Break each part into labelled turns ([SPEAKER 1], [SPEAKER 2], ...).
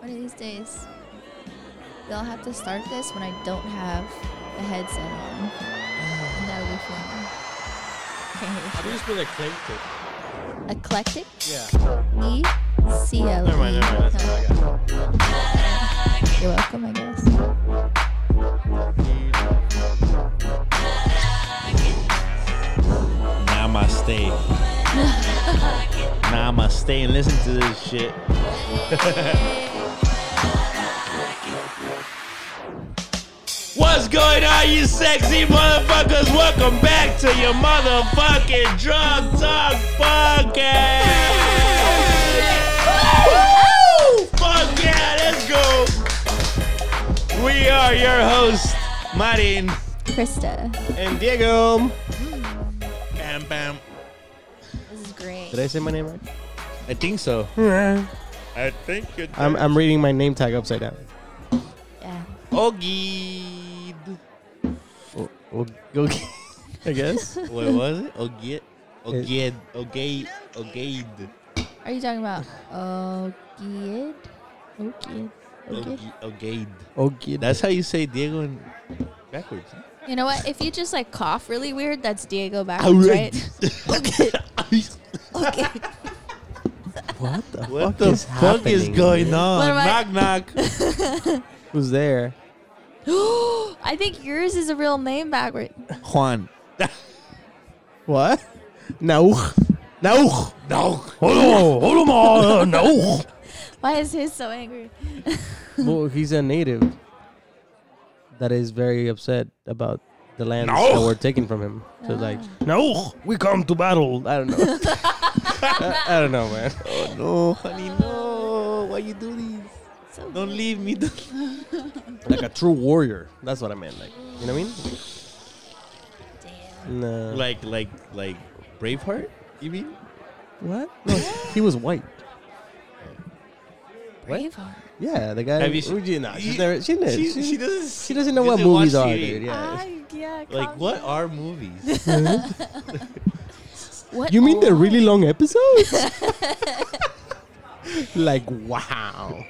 [SPEAKER 1] One of these days, they'll have to start this when I don't have a headset on. And that would be fun.
[SPEAKER 2] I
[SPEAKER 1] Can't
[SPEAKER 2] think it's really
[SPEAKER 1] hear
[SPEAKER 2] eclectic.
[SPEAKER 1] shit. Eclectic.
[SPEAKER 2] Yeah.
[SPEAKER 1] E C L. E.
[SPEAKER 2] Never mind, never mind. That's all I got.
[SPEAKER 1] You're welcome, I guess.
[SPEAKER 3] Namaste. Namaste and listen to this shit. What's going on, you sexy motherfuckers? Welcome back to your motherfucking drug talk podcast. Woo! Fuck yeah, let's go. We are your hosts, Martin
[SPEAKER 1] Krista.
[SPEAKER 2] And Diego.
[SPEAKER 3] Bam Bam.
[SPEAKER 1] This is great.
[SPEAKER 2] Did I say my name right?
[SPEAKER 3] I think so. I think it.
[SPEAKER 2] I'm, I'm reading my name tag upside down.
[SPEAKER 1] Yeah.
[SPEAKER 3] Ogid.
[SPEAKER 2] Oh, oh, go I guess.
[SPEAKER 3] What was it? Ogid.
[SPEAKER 2] It-
[SPEAKER 3] Ogid. Ogid. Ogid.
[SPEAKER 1] Are you talking about Ogied? Ogied. Ogied.
[SPEAKER 3] Ogi- Ogid.
[SPEAKER 2] Okay.
[SPEAKER 3] That's how you say Diego in backwards.
[SPEAKER 1] You know what? If you just like cough really weird, that's Diego backwards, right?
[SPEAKER 3] Okay.
[SPEAKER 1] Okay.
[SPEAKER 2] what the
[SPEAKER 3] What
[SPEAKER 2] fuck
[SPEAKER 3] the
[SPEAKER 2] is
[SPEAKER 3] fuck is
[SPEAKER 2] happening,
[SPEAKER 3] going
[SPEAKER 2] dude?
[SPEAKER 3] on?
[SPEAKER 1] What am I-
[SPEAKER 3] Knock knock.
[SPEAKER 2] Who's there?
[SPEAKER 1] I think yours is a real name backward.
[SPEAKER 3] Juan.
[SPEAKER 2] What? Nauch. Nauch.
[SPEAKER 3] No. Hold on. Hold on. No.
[SPEAKER 1] Why is his so angry?
[SPEAKER 2] well, he's a native that is very upset about the lands
[SPEAKER 3] No.
[SPEAKER 2] that were taken from him. So it's like,
[SPEAKER 3] No.
[SPEAKER 2] we come to battle. I don't know. I, I don't know, man.
[SPEAKER 3] Oh no, honey, no. Why you do this?
[SPEAKER 1] So
[SPEAKER 3] Don't leave me. Don't-
[SPEAKER 2] Like a true warrior. That's what I meant. Like, you know what I
[SPEAKER 1] damn.
[SPEAKER 2] mean? No.
[SPEAKER 3] like, like, like Braveheart? You mean?
[SPEAKER 2] what? No, he was white.
[SPEAKER 1] Braveheart.
[SPEAKER 2] Yeah, the guy.
[SPEAKER 3] Have you seen-
[SPEAKER 2] Who do you- nah, she's
[SPEAKER 3] You-
[SPEAKER 2] never- she, knows-
[SPEAKER 3] She,
[SPEAKER 2] she,
[SPEAKER 3] she doesn't.
[SPEAKER 2] she doesn't know what movies
[SPEAKER 3] watch
[SPEAKER 2] are,
[SPEAKER 3] TV.
[SPEAKER 2] dude. Yeah.
[SPEAKER 1] I, yeah.
[SPEAKER 3] Like,
[SPEAKER 1] calm
[SPEAKER 3] what
[SPEAKER 1] down.
[SPEAKER 3] are movies?
[SPEAKER 1] What
[SPEAKER 2] You mean the
[SPEAKER 1] all?
[SPEAKER 2] really long episodes? like, wow.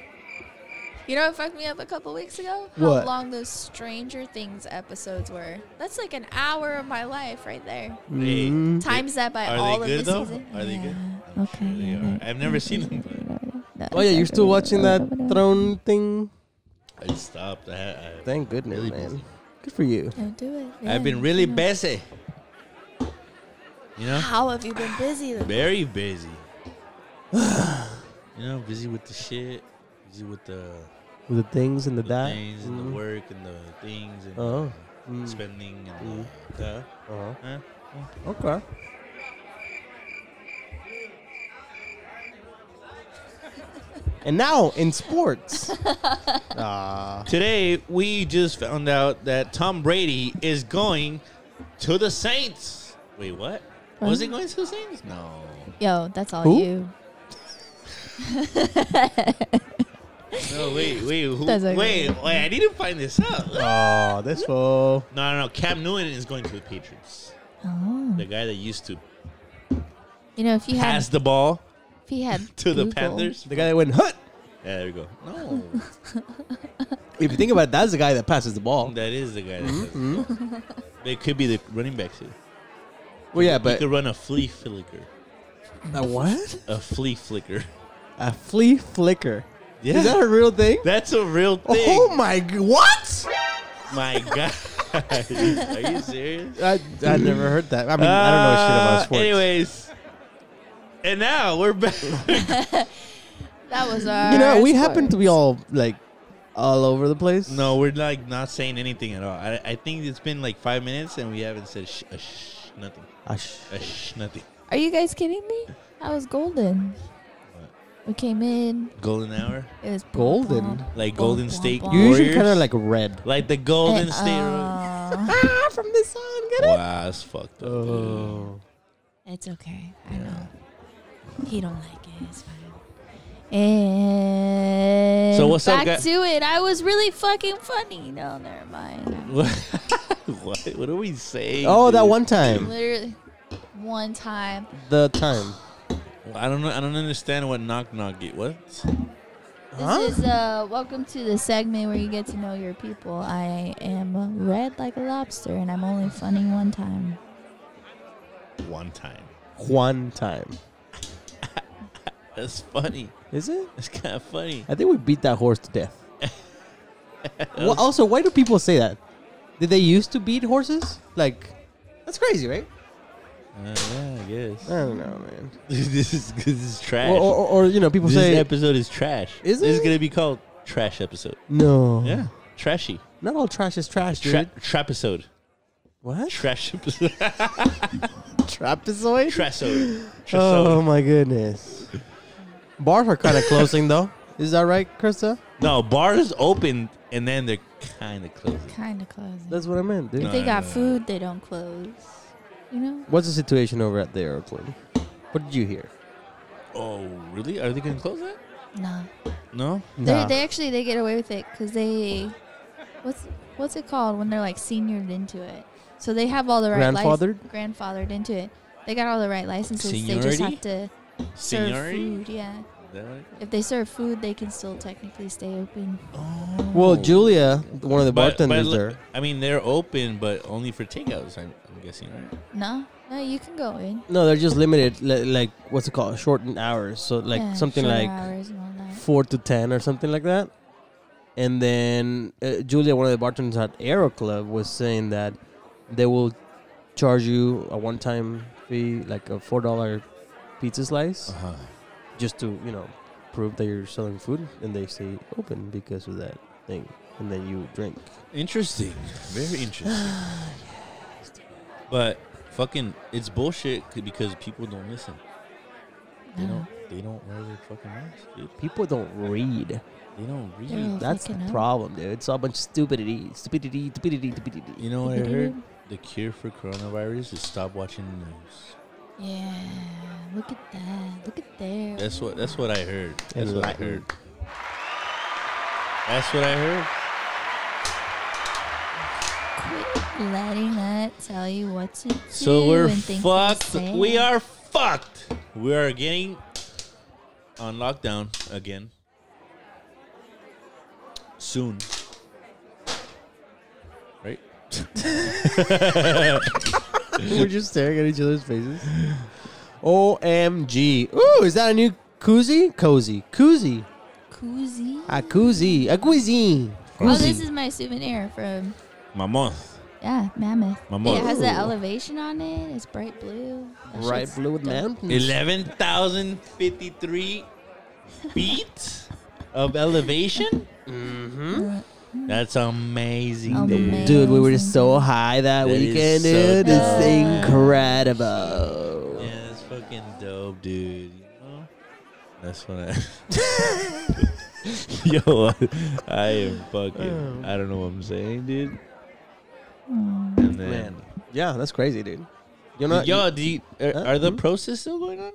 [SPEAKER 1] You know what fucked me up a couple weeks ago?
[SPEAKER 2] What?
[SPEAKER 1] How long those Stranger Things episodes were. That's like an hour of my life right there.
[SPEAKER 3] Hey,
[SPEAKER 2] Mm.
[SPEAKER 1] Times that by
[SPEAKER 3] are
[SPEAKER 1] all
[SPEAKER 3] they
[SPEAKER 1] of
[SPEAKER 3] good
[SPEAKER 1] the
[SPEAKER 3] though?
[SPEAKER 1] season.
[SPEAKER 3] Are they good?
[SPEAKER 1] Yeah. Okay.
[SPEAKER 3] They
[SPEAKER 1] yeah,
[SPEAKER 3] are. I've never seen them. But
[SPEAKER 2] Oh yeah, you're still watching that throne thing.
[SPEAKER 3] I stopped. I, had- I,
[SPEAKER 2] Thank goodness,
[SPEAKER 3] Really
[SPEAKER 2] man.
[SPEAKER 3] busy.
[SPEAKER 2] Good for you.
[SPEAKER 1] Don't do it.
[SPEAKER 3] I've been really busy. You know,
[SPEAKER 1] How have you been busy? though?
[SPEAKER 3] very busy. you know, busy with the shit, busy with the,
[SPEAKER 2] With the things and the,
[SPEAKER 3] the
[SPEAKER 2] that. Mm-hmm. Mm.
[SPEAKER 3] things and the work and the things and
[SPEAKER 2] Oh.
[SPEAKER 3] the
[SPEAKER 2] Mm.
[SPEAKER 3] spending and the.
[SPEAKER 2] Uh-huh.
[SPEAKER 3] Huh?
[SPEAKER 2] Okay. and now in sports. Ah.
[SPEAKER 3] Today we just found out that Tom Brady is going to the Saints. Wait, what? Was he going to the Saints? No.
[SPEAKER 1] Yo, that's all
[SPEAKER 2] Who?
[SPEAKER 1] you.
[SPEAKER 3] No, wait, wait, who,
[SPEAKER 1] That's okay.
[SPEAKER 3] wait, wait. I need to find this out. No,
[SPEAKER 2] oh, this fool.
[SPEAKER 3] no, no. Cam Newton is going to the Patriots.
[SPEAKER 1] Oh.
[SPEAKER 3] The guy that used to
[SPEAKER 1] You know, if you had,
[SPEAKER 3] pass the ball
[SPEAKER 1] if he had
[SPEAKER 3] to the
[SPEAKER 1] Google-
[SPEAKER 3] Panthers.
[SPEAKER 2] The guy that went hut.
[SPEAKER 3] Yeah, there we go. No,
[SPEAKER 2] If you think about it, that's the guy that passes the ball.
[SPEAKER 3] that is the guy. That does it. They could be the running back too.
[SPEAKER 2] Mm-hmm. Well, yeah,
[SPEAKER 3] he
[SPEAKER 2] but
[SPEAKER 3] could run a flea flicker.
[SPEAKER 2] a what?
[SPEAKER 3] A flea flicker.
[SPEAKER 2] A flea flicker.
[SPEAKER 3] Yeah,
[SPEAKER 2] Is that a real thing?
[SPEAKER 3] that's a real thing.
[SPEAKER 2] Oh my! g- What?
[SPEAKER 3] My God. Are you serious?
[SPEAKER 2] I I never heard that. I mean, I don't know shit about
[SPEAKER 3] Uh,
[SPEAKER 2] sports.
[SPEAKER 3] Anyways. And now we're back.
[SPEAKER 1] That was our.
[SPEAKER 2] you know, we happen to be all like all over the place.
[SPEAKER 3] no, we're like not saying anything at all. I, I think it's been like five minutes and we haven't said sh- a sh- nothing.
[SPEAKER 2] Ah, sh-
[SPEAKER 3] A sh- nothing.
[SPEAKER 1] Are you guys kidding me? I was golden.
[SPEAKER 3] What?
[SPEAKER 1] We came in.
[SPEAKER 3] Golden hour?
[SPEAKER 1] It was
[SPEAKER 2] Golden?
[SPEAKER 3] Like Golden State
[SPEAKER 2] you usually
[SPEAKER 3] Warriors.
[SPEAKER 2] kind of like red.
[SPEAKER 3] Like the Golden State. Road.
[SPEAKER 1] Uh,
[SPEAKER 2] Ah, from the sun, get
[SPEAKER 3] wow, that's fucked up.
[SPEAKER 2] Oh,
[SPEAKER 1] it's okay. I know. He don't like it. It's fine. And
[SPEAKER 3] So what's up,
[SPEAKER 1] back
[SPEAKER 3] guy-
[SPEAKER 1] to it. I was really fucking funny. No, never mind.
[SPEAKER 3] What? what? What are we saying?
[SPEAKER 2] oh, that
[SPEAKER 3] dude?
[SPEAKER 2] one time,
[SPEAKER 1] Literally, one time.
[SPEAKER 2] the time.
[SPEAKER 3] I don't know. I don't understand what knock knock it. What?
[SPEAKER 1] This is uh, welcome to the segment where you get to know your people. I am red like a lobster, and I'm only funny one time.
[SPEAKER 3] One time.
[SPEAKER 2] One time.
[SPEAKER 3] That's funny.
[SPEAKER 2] Is it?
[SPEAKER 3] That's kind of funny.
[SPEAKER 2] I think we beat that horse to death. well, also, why do people say that? Did they used to beat horses? Like, that's crazy, right?
[SPEAKER 3] Uh, yeah, I guess.
[SPEAKER 2] I don't know, man.
[SPEAKER 3] this is this is trash.
[SPEAKER 2] Or, or, or, or, you know, people
[SPEAKER 3] this
[SPEAKER 2] oh, say
[SPEAKER 3] episode is trash.
[SPEAKER 2] Is
[SPEAKER 3] This is
[SPEAKER 2] it?
[SPEAKER 3] gonna be called trash episode.
[SPEAKER 2] no.
[SPEAKER 3] Yeah, trashy.
[SPEAKER 2] Not all trash is trash, dude.
[SPEAKER 3] Tra- trapisode.
[SPEAKER 2] what?
[SPEAKER 3] Trash episode.
[SPEAKER 2] Trapezoid.
[SPEAKER 3] Trasode.
[SPEAKER 2] oh
[SPEAKER 3] Trasode.
[SPEAKER 2] my goodness. Bars are kind of closing though. Is that right, Krista?
[SPEAKER 3] No, bars open and then they're kind of closing.
[SPEAKER 1] Kind of closing.
[SPEAKER 2] That's what I meant, dude.
[SPEAKER 1] if they
[SPEAKER 3] No,
[SPEAKER 1] got
[SPEAKER 3] no.
[SPEAKER 1] food, they don't close. You know?
[SPEAKER 2] What's the situation over at the airport? What did you hear?
[SPEAKER 3] Oh, really? Are they gonna close that?
[SPEAKER 1] Nah.
[SPEAKER 3] No.
[SPEAKER 1] They They actually they get away with it because they, what's what's it called when they're like seniored into it? So they have all the right lic-
[SPEAKER 2] Grandfathered?
[SPEAKER 1] grandfathered into it. They got all the right licenses. They just
[SPEAKER 3] Seniority?
[SPEAKER 1] have to serve
[SPEAKER 3] Seniority.
[SPEAKER 1] food. Yeah.
[SPEAKER 3] Is that what-
[SPEAKER 1] If they serve food, they can still technically stay open.
[SPEAKER 3] Oh.
[SPEAKER 2] well, Julia, one of the
[SPEAKER 3] But- but
[SPEAKER 2] bartenders
[SPEAKER 3] look,
[SPEAKER 2] there.
[SPEAKER 3] I mean, they're open, but only for takeouts. I'm, I'm guessing, right?
[SPEAKER 1] No, no, you can go in.
[SPEAKER 2] No, they're just limited, li- like what's it called, shortened hours. So like
[SPEAKER 1] Yeah,
[SPEAKER 2] something
[SPEAKER 1] shorter
[SPEAKER 2] like
[SPEAKER 1] hours and all that.
[SPEAKER 2] four to ten or something like that. And then uh, Julia, one of the bartenders at Aero Club, was saying that they will charge you a one-time fee, like a four-dollar pizza slice,
[SPEAKER 3] huh.
[SPEAKER 2] just to you know prove that you're selling food, and they stay open because of that thing. And then you drink.
[SPEAKER 3] Interesting. Very interesting. but fucking, it's bullshit c- because people don't listen. They
[SPEAKER 1] No,
[SPEAKER 3] don't. They don't wear their fucking masks, dude.
[SPEAKER 2] People don't read.
[SPEAKER 3] They don't read.
[SPEAKER 1] they're all
[SPEAKER 2] That's the
[SPEAKER 1] fucking up.
[SPEAKER 2] problem, dude. It's all a bunch of stupidity, stupidity, stupidity, stupidity.
[SPEAKER 3] You know what I heard? The cure for coronavirus is stop watching the news.
[SPEAKER 1] Yeah, look at that. Look at there.
[SPEAKER 3] That's what. That's what I heard. That's what I heard.
[SPEAKER 2] Enlightened.
[SPEAKER 3] That's what I heard.
[SPEAKER 1] Quit letting that tell you what to do.
[SPEAKER 3] So we're
[SPEAKER 1] and things to
[SPEAKER 3] fucked.
[SPEAKER 1] say.
[SPEAKER 3] We are fucked. We are getting on lockdown again soon. Right?
[SPEAKER 2] We're just staring at each other's faces. OMG. Ooh, is that a new koozie? Cozy. Koozie.
[SPEAKER 1] koozie.
[SPEAKER 2] A koozie. A cuisine.
[SPEAKER 1] Oh, this is my souvenir from
[SPEAKER 3] My mom.
[SPEAKER 1] yeah, Mammoth.
[SPEAKER 3] Mammoth.
[SPEAKER 1] It has that
[SPEAKER 2] Ooh.
[SPEAKER 1] elevation on it. It's bright blue. That
[SPEAKER 2] Bright
[SPEAKER 1] shit's
[SPEAKER 2] blue with
[SPEAKER 1] dope.
[SPEAKER 2] mountains.
[SPEAKER 3] Eleven thousand fifty-three feet of elevation.
[SPEAKER 1] Uh,
[SPEAKER 3] That's amazing, dude.
[SPEAKER 1] Amazing.
[SPEAKER 2] Mm-hmm. Dude, we were just so high that,
[SPEAKER 3] That is
[SPEAKER 2] weekend,
[SPEAKER 3] so
[SPEAKER 2] dude.
[SPEAKER 3] dope.
[SPEAKER 2] it's incredible.
[SPEAKER 3] Yeah, that's fucking dope, dude. You know? That's what I. Yo, I am fucking. I don't know what I'm saying, dude.
[SPEAKER 1] hmm.
[SPEAKER 3] And then,
[SPEAKER 2] Man. Yeah, that's crazy, dude. You know,
[SPEAKER 3] yo, do you, are,
[SPEAKER 2] Huh?
[SPEAKER 3] are the
[SPEAKER 2] Hmm?
[SPEAKER 3] protests still going on?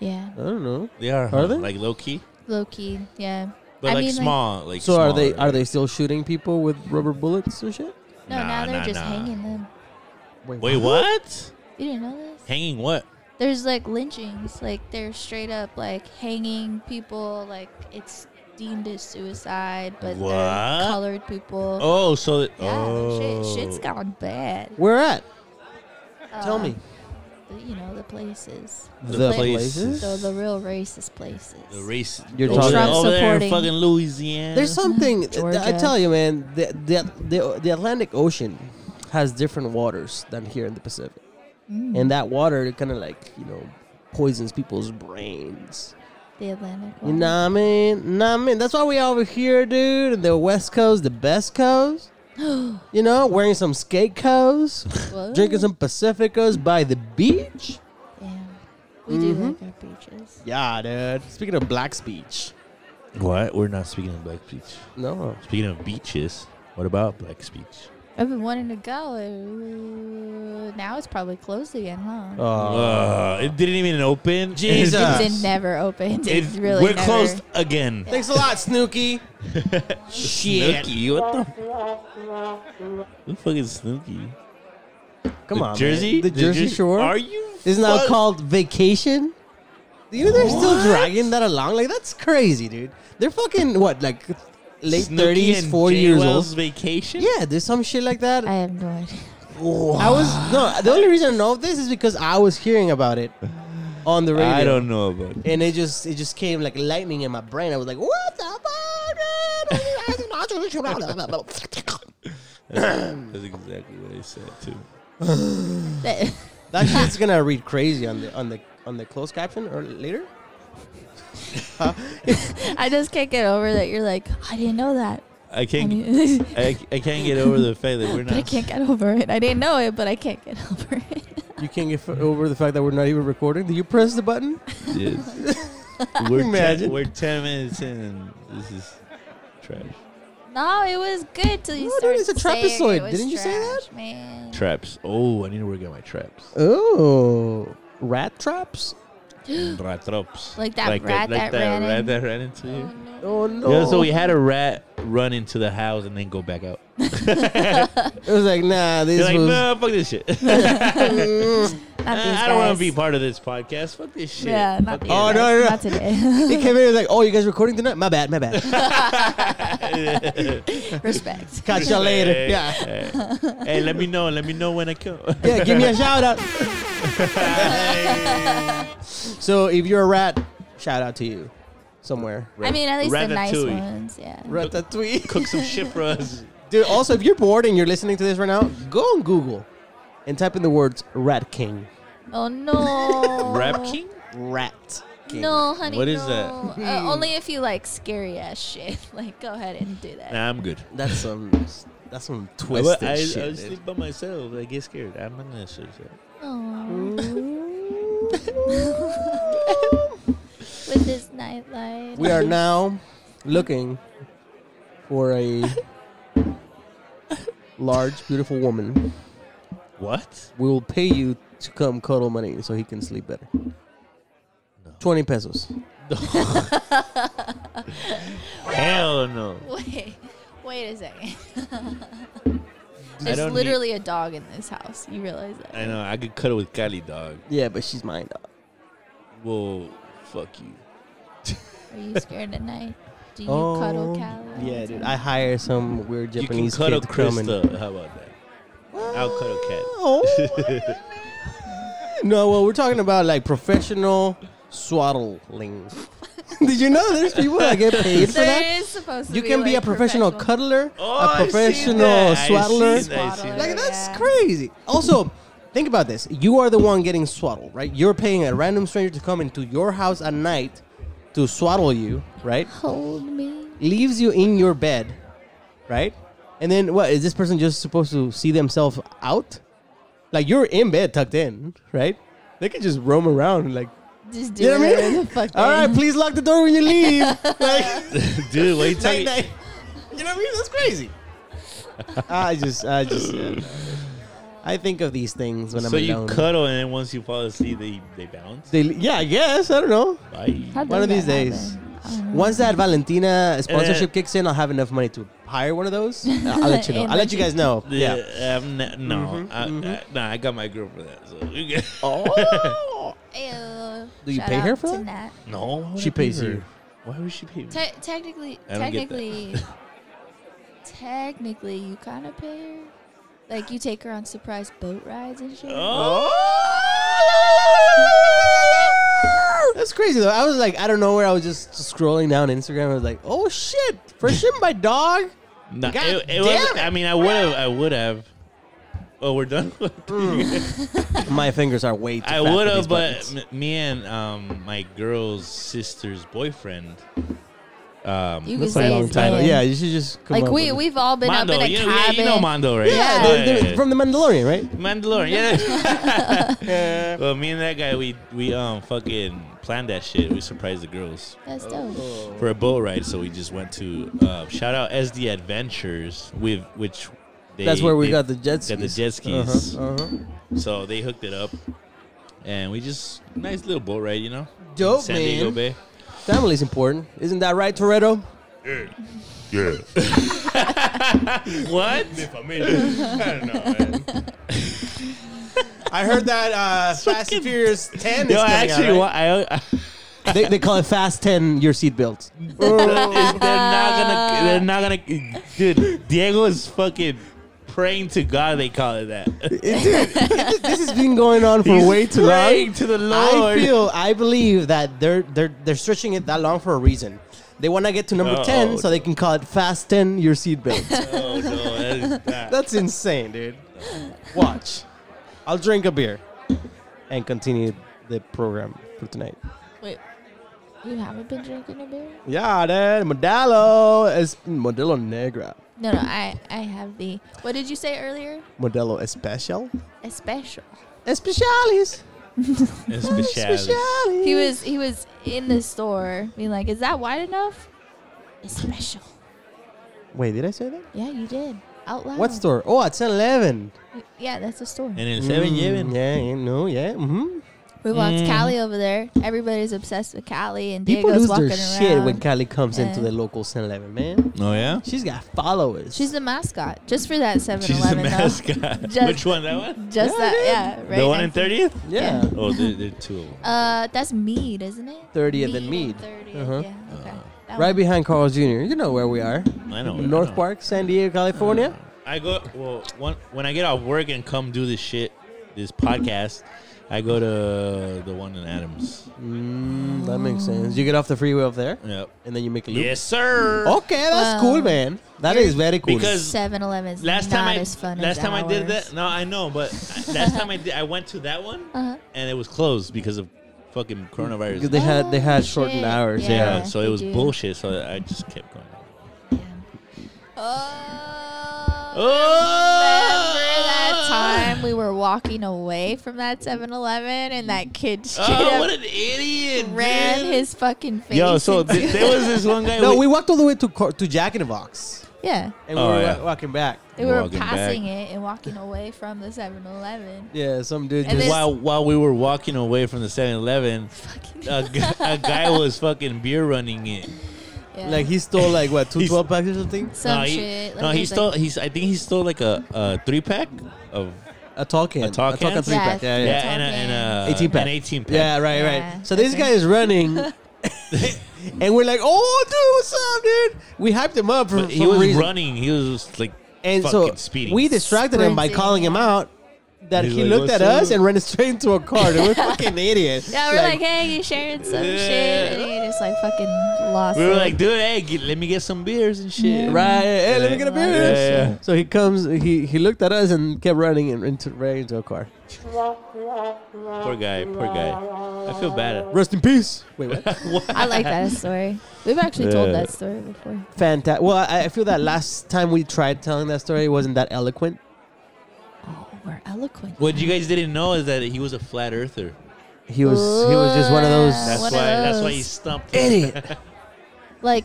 [SPEAKER 1] Yeah,
[SPEAKER 2] I don't know.
[SPEAKER 3] They are.
[SPEAKER 2] huh?
[SPEAKER 3] Like low key,
[SPEAKER 1] low key. Yeah.
[SPEAKER 3] but
[SPEAKER 1] I
[SPEAKER 3] like
[SPEAKER 1] mean, like-
[SPEAKER 3] small. Like,
[SPEAKER 2] So are they
[SPEAKER 3] smaller.
[SPEAKER 2] are they still shooting people with rubber bullets and shit?
[SPEAKER 1] No,
[SPEAKER 3] Nah,
[SPEAKER 1] now they're
[SPEAKER 3] nah,
[SPEAKER 1] just
[SPEAKER 3] nah.
[SPEAKER 1] hanging them.
[SPEAKER 3] Wait, what?
[SPEAKER 1] You didn't know this?
[SPEAKER 3] Hanging what?
[SPEAKER 1] There's like lynchings, like they're straight up like hanging people, like it's deemed as suicide, but
[SPEAKER 3] What?
[SPEAKER 1] they're colored people.
[SPEAKER 3] Oh, so that,
[SPEAKER 1] Yeah,
[SPEAKER 3] oh,
[SPEAKER 1] shit, shit's gone bad.
[SPEAKER 2] Where at? Tell
[SPEAKER 1] Uh,
[SPEAKER 2] me.
[SPEAKER 1] the- you know the places,
[SPEAKER 3] the,
[SPEAKER 2] The
[SPEAKER 3] places,
[SPEAKER 2] places?
[SPEAKER 1] the, the real racist places.
[SPEAKER 3] the race.
[SPEAKER 2] You're
[SPEAKER 3] over, there-
[SPEAKER 2] talking-
[SPEAKER 3] over there in
[SPEAKER 1] Trump supporting-
[SPEAKER 3] fucking Louisiana.
[SPEAKER 2] There's something th- I
[SPEAKER 1] Georgia.
[SPEAKER 2] tell you, man. The, the the the Atlantic Ocean has different waters than here in the Pacific,
[SPEAKER 1] Mm,
[SPEAKER 2] and that water kind of like you know poisons people's brains.
[SPEAKER 1] the Atlantic.
[SPEAKER 2] You
[SPEAKER 1] one.
[SPEAKER 2] know what I mean? Know what I mean? That's why we over here, dude, in the West Coast, the best coast. you know, wearing some skate coats,
[SPEAKER 1] Whoa.
[SPEAKER 2] drinking some Pacificos by the beach.
[SPEAKER 1] Damn. We
[SPEAKER 2] Mm-hmm.
[SPEAKER 1] do like our beaches.
[SPEAKER 2] Yeah, dude. Speaking of Black's Beach,
[SPEAKER 3] what? We're not speaking of Black Beach.
[SPEAKER 2] no,
[SPEAKER 3] Speaking of beaches, what about Black Speech?
[SPEAKER 1] I've been wanting to go. Uh, now it's probably closed again,
[SPEAKER 2] Oh,
[SPEAKER 1] huh?
[SPEAKER 3] Uh, it didn't even open.
[SPEAKER 2] Jesus.
[SPEAKER 1] It's never opened.
[SPEAKER 3] It-
[SPEAKER 1] It's really
[SPEAKER 3] we're
[SPEAKER 1] never.
[SPEAKER 3] closed again.
[SPEAKER 2] Thanks a lot, Snooky. Shit.
[SPEAKER 3] Snooki, what the? F- Who the fuck is Snooki?
[SPEAKER 2] Come
[SPEAKER 3] the
[SPEAKER 2] on, man.
[SPEAKER 3] Jersey,
[SPEAKER 2] The Jersey Shore
[SPEAKER 3] Are you?
[SPEAKER 2] is now
[SPEAKER 3] fuck-
[SPEAKER 2] called Vacation. Dude, they're still
[SPEAKER 3] What?
[SPEAKER 2] dragging that along. Like that's crazy, dude. They're fucking what, like late
[SPEAKER 3] Snooki
[SPEAKER 2] thirties,
[SPEAKER 3] and
[SPEAKER 2] forty
[SPEAKER 3] Jay
[SPEAKER 2] years
[SPEAKER 3] Wells
[SPEAKER 2] old.
[SPEAKER 3] Vacation.
[SPEAKER 2] Yeah, there's some shit like that.
[SPEAKER 1] I have no idea.
[SPEAKER 2] I was no. The only reason I know of this is because I was hearing about it on the radio.
[SPEAKER 3] I don't know about.
[SPEAKER 2] And it just it just came like lightning in my brain. I was like, what the fuck? dude?"
[SPEAKER 3] That's exactly what I said too.
[SPEAKER 1] That-
[SPEAKER 2] that shit's gonna read crazy on the on the on the closed caption or later.
[SPEAKER 1] I just can't get over that you're like, I didn't know that.
[SPEAKER 3] I
[SPEAKER 1] I
[SPEAKER 3] can't.
[SPEAKER 1] mean-
[SPEAKER 3] I, I can't get over the fact that we're
[SPEAKER 1] but I
[SPEAKER 3] not.
[SPEAKER 1] can't get over it. I didn't know it, but I can't get over it.
[SPEAKER 2] You can't get f- over the fact that we're not even recording. Did you press the button?
[SPEAKER 3] Yes. We're
[SPEAKER 2] Imagine.
[SPEAKER 3] Ten, we're ten minutes in, and this is trash.
[SPEAKER 1] No, it was good till you
[SPEAKER 2] No, dude,
[SPEAKER 1] started
[SPEAKER 2] it's a
[SPEAKER 1] saying it
[SPEAKER 2] trapezoid.
[SPEAKER 1] was
[SPEAKER 2] Didn't you say
[SPEAKER 1] trash, Man.
[SPEAKER 3] Traps. Oh, I need to work on my traps.
[SPEAKER 2] Oh, rat traps.
[SPEAKER 3] rat traps.
[SPEAKER 1] Like that rat
[SPEAKER 3] like
[SPEAKER 1] that ran
[SPEAKER 3] rat
[SPEAKER 1] in.
[SPEAKER 3] that ran into you.
[SPEAKER 2] Oh no!
[SPEAKER 3] Yeah, so we had a rat run into the house and then go back out.
[SPEAKER 2] it was like, nah, this
[SPEAKER 3] You're like,
[SPEAKER 2] was.
[SPEAKER 3] no, fuck this shit.
[SPEAKER 1] Not
[SPEAKER 2] Eh,
[SPEAKER 1] these
[SPEAKER 3] I don't want
[SPEAKER 1] guys.
[SPEAKER 3] to be part of this podcast. Fuck this shit.
[SPEAKER 1] Yeah, not these
[SPEAKER 2] Oh,
[SPEAKER 1] guys.
[SPEAKER 2] no, no, no.
[SPEAKER 1] Not today.
[SPEAKER 2] They came in and was like, oh, you guys recording tonight? My bad, my bad.
[SPEAKER 1] Respect.
[SPEAKER 2] Catch y'all later.
[SPEAKER 3] Hey,
[SPEAKER 2] Yeah,
[SPEAKER 3] Hey, Hey, let me know. Let me know when I come.
[SPEAKER 2] yeah. Give me a shout out. so if you're a rat, shout out to you, somewhere.
[SPEAKER 1] I mean, at least the nice
[SPEAKER 3] Ratatouille.
[SPEAKER 1] ones. Yeah.
[SPEAKER 2] Ratatouille.
[SPEAKER 3] Cook some shit for us.
[SPEAKER 2] Dude, also, if you're bored and you're listening to this right now, go on Google and type in the words "rat king."
[SPEAKER 1] Oh no.
[SPEAKER 3] Rap King?
[SPEAKER 2] Rat. King.
[SPEAKER 1] No, honey.
[SPEAKER 3] What is
[SPEAKER 1] no. that? Uh, only if you like scary ass shit. Like, go ahead and do that.
[SPEAKER 3] Nah, I'm good.
[SPEAKER 2] That's some. That's some
[SPEAKER 3] I,
[SPEAKER 2] twisted
[SPEAKER 3] I,
[SPEAKER 2] shit.
[SPEAKER 3] I
[SPEAKER 2] dude.
[SPEAKER 3] sleep by myself. I get scared. I'm not gonna sleep.
[SPEAKER 1] Aw. With this nightlight.
[SPEAKER 2] we are now looking for a large, beautiful woman.
[SPEAKER 3] What?
[SPEAKER 2] We will pay you to come cuddle money so he can sleep better. Twenty pesos.
[SPEAKER 3] Hell no.
[SPEAKER 1] Wait, wait a second.
[SPEAKER 3] I
[SPEAKER 1] There's
[SPEAKER 3] don't
[SPEAKER 1] literally a dog in this house. You realize that?
[SPEAKER 3] I know. I could cut it with Cali dog.
[SPEAKER 2] Yeah, but she's mine. dog.
[SPEAKER 3] Well, fuck you.
[SPEAKER 1] Are you scared at night? Do you cuddle
[SPEAKER 3] Oh,
[SPEAKER 1] Callie?
[SPEAKER 2] yeah, dude. I hire some weird
[SPEAKER 3] You can
[SPEAKER 2] Japanese
[SPEAKER 3] cut a
[SPEAKER 2] kid to come and.
[SPEAKER 3] Krista. How about that? I'll cut a cat.
[SPEAKER 2] Oh. no, well, we're talking about like professional swaddling. Did you know there's people that get paid for that?
[SPEAKER 1] There is supposed to
[SPEAKER 2] You
[SPEAKER 1] be,
[SPEAKER 2] can be a
[SPEAKER 1] like,
[SPEAKER 2] professional, cuddler, a professional
[SPEAKER 3] I seen Oh, that. I
[SPEAKER 2] swaddler.
[SPEAKER 3] seen that, I seen
[SPEAKER 2] Like
[SPEAKER 3] that.
[SPEAKER 2] that's
[SPEAKER 1] Yeah.
[SPEAKER 2] crazy. Also, think about this. You are the one getting swaddled, right? You're paying a random stranger to come into your house at night to swaddle you, right?
[SPEAKER 1] Hold me.
[SPEAKER 2] Leaves you in your bed, right? And then what is this person just supposed to see themselves out? Like you're in bed tucked in, right? They could just roam around like
[SPEAKER 1] Just do
[SPEAKER 2] you know what I
[SPEAKER 1] whatever
[SPEAKER 2] mean?
[SPEAKER 1] the fuck
[SPEAKER 2] All
[SPEAKER 1] they-
[SPEAKER 2] right, please lock the door when you leave. like
[SPEAKER 3] Dude, what you
[SPEAKER 2] night,
[SPEAKER 3] talking?
[SPEAKER 2] night. You know what I mean? That's crazy. I just, I just, yeah, no. I think of these things when
[SPEAKER 3] so
[SPEAKER 2] I'm
[SPEAKER 3] you
[SPEAKER 2] alone.
[SPEAKER 3] cuddle, and then once you fall asleep, they they bounce.
[SPEAKER 2] They, yeah, I guess I don't know.
[SPEAKER 3] Bye.
[SPEAKER 1] How does
[SPEAKER 2] One of
[SPEAKER 1] that
[SPEAKER 2] these days.
[SPEAKER 1] happen? Um, I don't know.
[SPEAKER 2] Once that Valentina sponsorship
[SPEAKER 3] Uh,
[SPEAKER 2] kicks in, I'll have enough money to hire one of those. I'll let you know.
[SPEAKER 1] And
[SPEAKER 2] I'll
[SPEAKER 1] let
[SPEAKER 2] let you
[SPEAKER 1] you-
[SPEAKER 2] guys know. Yeah.
[SPEAKER 3] Yeah, um, n- no,
[SPEAKER 2] Mhm,
[SPEAKER 3] I, I,
[SPEAKER 2] mhm.
[SPEAKER 3] no, I got my girl for that. So you get-
[SPEAKER 2] Oh.
[SPEAKER 1] Uh-huh. Ew.
[SPEAKER 2] Do you
[SPEAKER 1] Shout
[SPEAKER 2] pay her
[SPEAKER 1] out
[SPEAKER 2] for
[SPEAKER 1] to
[SPEAKER 2] that?
[SPEAKER 1] Nat.
[SPEAKER 3] no, why would I
[SPEAKER 2] She
[SPEAKER 3] pay
[SPEAKER 2] pays
[SPEAKER 3] her?
[SPEAKER 2] you.
[SPEAKER 3] Why would she pay me?
[SPEAKER 1] Te- technically,
[SPEAKER 3] I don't get that.
[SPEAKER 1] technically, technically, you kind of pay her. Like you take her on surprise boat rides and shit.
[SPEAKER 3] Oh!
[SPEAKER 2] That's crazy though. I was like, I don't know where I was just scrolling down Instagram. I was like, oh shit, fresh in my dog.
[SPEAKER 3] No,
[SPEAKER 2] God
[SPEAKER 3] it, it
[SPEAKER 2] damn
[SPEAKER 3] was,
[SPEAKER 2] it.
[SPEAKER 3] I mean, I would have. I would have. Oh, we're done.
[SPEAKER 2] My fingers are way too.
[SPEAKER 3] I
[SPEAKER 2] fat for
[SPEAKER 3] would
[SPEAKER 2] these
[SPEAKER 3] have, but
[SPEAKER 2] buttons.
[SPEAKER 3] m- me and um, my girl's sister's boyfriend. Um,
[SPEAKER 1] You
[SPEAKER 2] That's
[SPEAKER 1] can
[SPEAKER 2] a
[SPEAKER 1] say
[SPEAKER 2] long
[SPEAKER 1] his
[SPEAKER 2] title.
[SPEAKER 1] name.
[SPEAKER 2] Yeah, you should just come
[SPEAKER 1] Like
[SPEAKER 2] up
[SPEAKER 1] we
[SPEAKER 2] with-
[SPEAKER 1] we've all been
[SPEAKER 3] Mondo,
[SPEAKER 1] up in a
[SPEAKER 3] you, yeah,
[SPEAKER 1] cabin.
[SPEAKER 3] you know Mondo, right?
[SPEAKER 2] Yeah,
[SPEAKER 1] Yeah.
[SPEAKER 2] they're- they're from the Mandalorian, right?
[SPEAKER 3] Mandalorian. Yeah. well, me and that guy, we we um fucking planned that shit. We surprised the girls.
[SPEAKER 1] That's dope.
[SPEAKER 3] for a boat ride. So we just went to uh, shout out SD Adventures with which they,
[SPEAKER 2] That's where we
[SPEAKER 3] they
[SPEAKER 2] got the jet skis.
[SPEAKER 3] got the jet skis.
[SPEAKER 2] Uh-huh, uh-huh.
[SPEAKER 3] So they hooked it up, and we just nice little boat ride, you know.
[SPEAKER 2] Dope,
[SPEAKER 3] San Diego
[SPEAKER 2] man.
[SPEAKER 3] Bay.
[SPEAKER 2] Family's important, isn't that right, Toretto?
[SPEAKER 4] Yeah.
[SPEAKER 3] What?
[SPEAKER 2] I heard that uh, Fast and Furious Ten
[SPEAKER 3] Yo, I actually, wa- I, I
[SPEAKER 2] they, they call it fast ten your seatbelts.
[SPEAKER 3] Is- they're not gonna. They're not gonna. Dude, Diego is fucking praying to God. They call it that.
[SPEAKER 2] Dude, this has been going on for
[SPEAKER 3] He's
[SPEAKER 2] way too
[SPEAKER 3] praying
[SPEAKER 2] long.
[SPEAKER 3] to the
[SPEAKER 2] I
[SPEAKER 3] Lord.
[SPEAKER 2] feel, I believe that they're they're they're stretching it that long for a reason. They want to get to number ten
[SPEAKER 3] Uh-oh.
[SPEAKER 2] so they can call it fast ten your seatbelts.
[SPEAKER 3] oh no, that is bad.
[SPEAKER 2] That's insane, dude. Watch, I'll drink a beer and continue the program for tonight.
[SPEAKER 1] Wait, you haven't been drinking a beer?
[SPEAKER 2] Yeah, dude, Modelo es Modelo Negra,
[SPEAKER 1] No, no, I, I have the. What did you say earlier?
[SPEAKER 2] Modelo Especial,
[SPEAKER 1] Especial.
[SPEAKER 2] Especialis,
[SPEAKER 3] It's speciality.
[SPEAKER 2] Especialis.
[SPEAKER 1] He was he was in the store being like, "Is that wide enough?" Especial.
[SPEAKER 2] Wait, did I say that?
[SPEAKER 1] Yeah, you did out loud.
[SPEAKER 2] What store? Oh, it's 11.
[SPEAKER 1] Yeah, that's a store.
[SPEAKER 3] And in seven
[SPEAKER 2] Mm,
[SPEAKER 3] eleven,
[SPEAKER 2] Yeah, yeah, no, yeah. Mm-hmm.
[SPEAKER 1] We walked
[SPEAKER 3] Mm.
[SPEAKER 1] Cali over there. Everybody's obsessed with Cali, and
[SPEAKER 2] People
[SPEAKER 1] Diego's
[SPEAKER 2] lose
[SPEAKER 1] walking
[SPEAKER 2] their
[SPEAKER 1] around.
[SPEAKER 2] shit when Cali comes into
[SPEAKER 1] Yeah.
[SPEAKER 2] the local 7-Eleven, man.
[SPEAKER 3] Oh yeah.
[SPEAKER 2] She's got followers.
[SPEAKER 1] She's the mascot, just for that 7
[SPEAKER 3] She's the
[SPEAKER 1] Eleven, though.
[SPEAKER 3] mascot.
[SPEAKER 1] Just-
[SPEAKER 3] Which one? That one?
[SPEAKER 1] Just
[SPEAKER 2] Yeah,
[SPEAKER 1] that,
[SPEAKER 2] dude.
[SPEAKER 1] yeah. Right
[SPEAKER 3] the one in
[SPEAKER 1] next to-
[SPEAKER 3] thirtieth?
[SPEAKER 2] yeah.
[SPEAKER 1] yeah.
[SPEAKER 3] Oh, there, there are two. of 'em.
[SPEAKER 1] Uh, that's Mead, isn't it?
[SPEAKER 2] 30th and Mead.
[SPEAKER 1] 30th,
[SPEAKER 2] Uh-huh.
[SPEAKER 1] yeah. Okay. That
[SPEAKER 2] Right
[SPEAKER 1] one.
[SPEAKER 2] behind Carl Jr. You know where we are.
[SPEAKER 3] I know. Uh, I
[SPEAKER 2] North
[SPEAKER 3] know.
[SPEAKER 2] Park, San Diego, California.
[SPEAKER 3] I go well one, when I get off work and come do this shit, this podcast. I go to the one in Adams.
[SPEAKER 2] Mm, that makes sense. You get off the freeway up there,
[SPEAKER 3] Yep.
[SPEAKER 2] and then you make a loop.
[SPEAKER 3] Yes, sir.
[SPEAKER 2] Okay, that's cool,
[SPEAKER 1] Wow.
[SPEAKER 2] man. That is very cool.
[SPEAKER 3] Because-
[SPEAKER 1] 7-Eleven's
[SPEAKER 3] last
[SPEAKER 1] not
[SPEAKER 3] time I
[SPEAKER 1] as fun
[SPEAKER 3] last
[SPEAKER 1] as
[SPEAKER 3] time I did
[SPEAKER 1] ours.
[SPEAKER 3] that. No, I know, but I- last time I did, I went to that one
[SPEAKER 1] Uh-huh.
[SPEAKER 3] and it was closed because of fucking coronavirus.
[SPEAKER 2] they had they had
[SPEAKER 1] Oh,
[SPEAKER 2] shortened
[SPEAKER 1] shit.
[SPEAKER 2] hours.
[SPEAKER 1] Yeah.
[SPEAKER 3] yeah, so
[SPEAKER 1] they
[SPEAKER 3] it was
[SPEAKER 1] do.
[SPEAKER 3] bullshit. So I just kept going.
[SPEAKER 1] Yeah. Oh. Remember that
[SPEAKER 3] Oh,
[SPEAKER 1] time we were walking away from that 7-Eleven and that kid straight
[SPEAKER 3] Oh,
[SPEAKER 1] up
[SPEAKER 3] what an idiot!
[SPEAKER 1] ran
[SPEAKER 3] dude.
[SPEAKER 1] his fucking face.
[SPEAKER 3] Yo, so
[SPEAKER 1] into-
[SPEAKER 3] th- there was this one guy.
[SPEAKER 2] No,
[SPEAKER 3] we-
[SPEAKER 2] we walked all the way to Cor- to Jack in the Box,
[SPEAKER 1] yeah,
[SPEAKER 2] and we
[SPEAKER 3] Oh,
[SPEAKER 2] were
[SPEAKER 3] yeah.
[SPEAKER 2] wa- walking back.
[SPEAKER 1] they were
[SPEAKER 3] Walking
[SPEAKER 1] passing it and walking away from the 7-Eleven.
[SPEAKER 2] Yeah, some dude
[SPEAKER 1] And then-
[SPEAKER 2] just
[SPEAKER 3] while while we were walking away from the 7-Eleven, a, gu- a guy was fucking beer running it.
[SPEAKER 1] Yeah.
[SPEAKER 2] like he stole like what two
[SPEAKER 3] He's-
[SPEAKER 2] twelve packs or something.
[SPEAKER 1] some
[SPEAKER 3] no, he,
[SPEAKER 1] shit. Like
[SPEAKER 3] no, he
[SPEAKER 1] it's
[SPEAKER 3] stole.
[SPEAKER 1] Like,
[SPEAKER 3] he's I think he stole like a, a three pack of
[SPEAKER 2] A tall can.
[SPEAKER 3] A tall can?
[SPEAKER 2] three pack. Yeah,
[SPEAKER 1] Yeah,
[SPEAKER 3] yeah,
[SPEAKER 2] yeah. Yeah,
[SPEAKER 1] tall
[SPEAKER 3] and a, and a
[SPEAKER 2] 18 pack.
[SPEAKER 3] an eighteen pack.
[SPEAKER 2] right,
[SPEAKER 1] Yeah,
[SPEAKER 2] right. So this
[SPEAKER 1] okay.
[SPEAKER 2] guy is running. and we're like, oh, dude, what's up, dude? We hyped him up for,
[SPEAKER 3] But
[SPEAKER 2] for
[SPEAKER 3] he
[SPEAKER 2] a
[SPEAKER 3] was
[SPEAKER 2] reason.
[SPEAKER 3] running. He was like
[SPEAKER 2] and
[SPEAKER 3] fucking
[SPEAKER 2] so
[SPEAKER 3] speeding.
[SPEAKER 2] we distracted him by
[SPEAKER 1] Sprinting.
[SPEAKER 2] calling him out. That
[SPEAKER 3] He's
[SPEAKER 2] he
[SPEAKER 3] like,
[SPEAKER 2] looked
[SPEAKER 3] "What's
[SPEAKER 2] at us
[SPEAKER 3] up?"
[SPEAKER 2] and ran straight into a car. Dude, we're fucking idiots.
[SPEAKER 1] yeah, we're like, hey, you sharing some shit, and he just like fucking lost.
[SPEAKER 3] we were
[SPEAKER 1] it.
[SPEAKER 3] like, dude, hey, get, let me get some beers and shit.
[SPEAKER 2] right, hey, let me get a beer.
[SPEAKER 3] Yeah, yeah.
[SPEAKER 2] So he comes, he he looked at us and kept running and into, ran into a car.
[SPEAKER 3] Poor guy. Poor guy. I feel bad. At
[SPEAKER 2] Rest in peace. Wait, what?
[SPEAKER 1] I like that story. We've actually told
[SPEAKER 3] Yeah.
[SPEAKER 1] that story before.
[SPEAKER 2] Fantastic. Well, I, I feel that last time we tried telling that story, it wasn't that eloquent.
[SPEAKER 1] Oh, we're eloquent.
[SPEAKER 3] What you guys didn't know is that he was a flat earther.
[SPEAKER 2] He was he was just one of
[SPEAKER 1] That's
[SPEAKER 3] That's
[SPEAKER 2] those
[SPEAKER 1] One of
[SPEAKER 3] why. That's why
[SPEAKER 1] those.
[SPEAKER 3] he stumped.
[SPEAKER 2] idiot.
[SPEAKER 1] Like,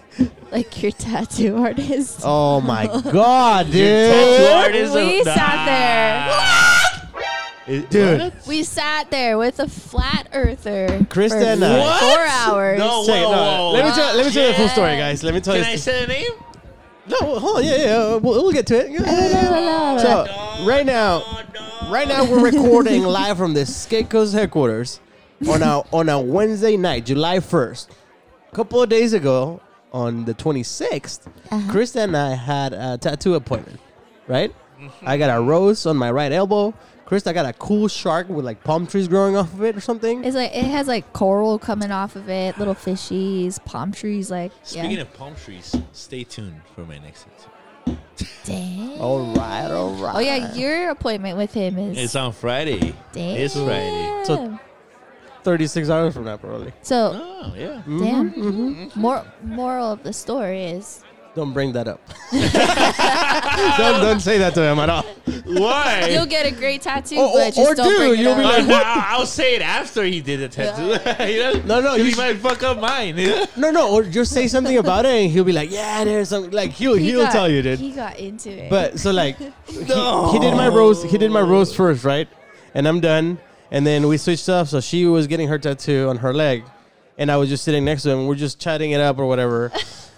[SPEAKER 1] like your tattoo artist.
[SPEAKER 2] Oh my god, dude!
[SPEAKER 3] Tattoo artist.
[SPEAKER 1] We sat there.
[SPEAKER 3] It-
[SPEAKER 2] Dude.
[SPEAKER 3] what?
[SPEAKER 1] We sat there with a flat earther.
[SPEAKER 2] Krista
[SPEAKER 1] for
[SPEAKER 2] and I.
[SPEAKER 1] four
[SPEAKER 2] What?
[SPEAKER 1] hours.
[SPEAKER 3] No.
[SPEAKER 2] Say,
[SPEAKER 3] Whoa,
[SPEAKER 2] no,
[SPEAKER 3] whoa,
[SPEAKER 2] let me
[SPEAKER 1] whoa.
[SPEAKER 2] tell let me tell you the full story,
[SPEAKER 1] Yeah.
[SPEAKER 2] guys. Let me tell
[SPEAKER 3] Can
[SPEAKER 2] you.
[SPEAKER 3] I
[SPEAKER 2] this-
[SPEAKER 3] say the name?
[SPEAKER 2] no, well, hold on. Yeah, yeah. We'll, we'll get to it. Yeah, yeah, yeah. So right now, right now we're recording live from the Skate Coast headquarters on a on a Wednesday night, July first. A couple of days ago, on the twenty
[SPEAKER 1] Uh-huh.
[SPEAKER 2] Krista and I had a tattoo appointment. Right, I got a rose on my right elbow. Krista got a cool shark with like palm trees growing off of it or something.
[SPEAKER 1] It's like it has like coral coming off of it, little fishies, palm trees. Like,
[SPEAKER 3] Speaking
[SPEAKER 1] yeah.
[SPEAKER 3] of palm trees, stay tuned for my next. episode.
[SPEAKER 1] Damn.
[SPEAKER 2] all right, all right.
[SPEAKER 1] Oh yeah, your appointment with him is.
[SPEAKER 3] It's on Friday.
[SPEAKER 1] damn.
[SPEAKER 3] It's Friday.
[SPEAKER 2] So- 36 hours from now, probably.
[SPEAKER 1] So,
[SPEAKER 3] Oh yeah.
[SPEAKER 1] damn.
[SPEAKER 2] Mm-hmm.
[SPEAKER 1] Mor- moral of the story is
[SPEAKER 2] Don't bring that up. don't, don't say that to him at all.
[SPEAKER 3] Why?
[SPEAKER 1] you'll get a great tattoo,
[SPEAKER 2] Or-
[SPEAKER 1] but
[SPEAKER 2] or-
[SPEAKER 1] just
[SPEAKER 2] Oh, or
[SPEAKER 1] don't
[SPEAKER 2] do,
[SPEAKER 1] bring it
[SPEAKER 2] you'll
[SPEAKER 1] up.
[SPEAKER 2] be
[SPEAKER 3] Oh,
[SPEAKER 2] like-
[SPEAKER 3] no, I'll say it after he did the tattoo. you know?
[SPEAKER 2] No, no,
[SPEAKER 3] 'Cause
[SPEAKER 2] you
[SPEAKER 3] he
[SPEAKER 2] sh-
[SPEAKER 3] might fuck up mine.
[SPEAKER 2] No, no, or just say something about it and he'll be like, yeah, there's some, like, he'll,
[SPEAKER 1] He
[SPEAKER 2] he will
[SPEAKER 1] got-
[SPEAKER 2] tell you, dude.
[SPEAKER 1] He got into it.
[SPEAKER 2] but, so, like, he, he did my rose, he did my rose first, right? And I'm done. And then we switched off, so she was getting her tattoo on her leg. And I was just sitting next to him. and We're just chatting it up or whatever.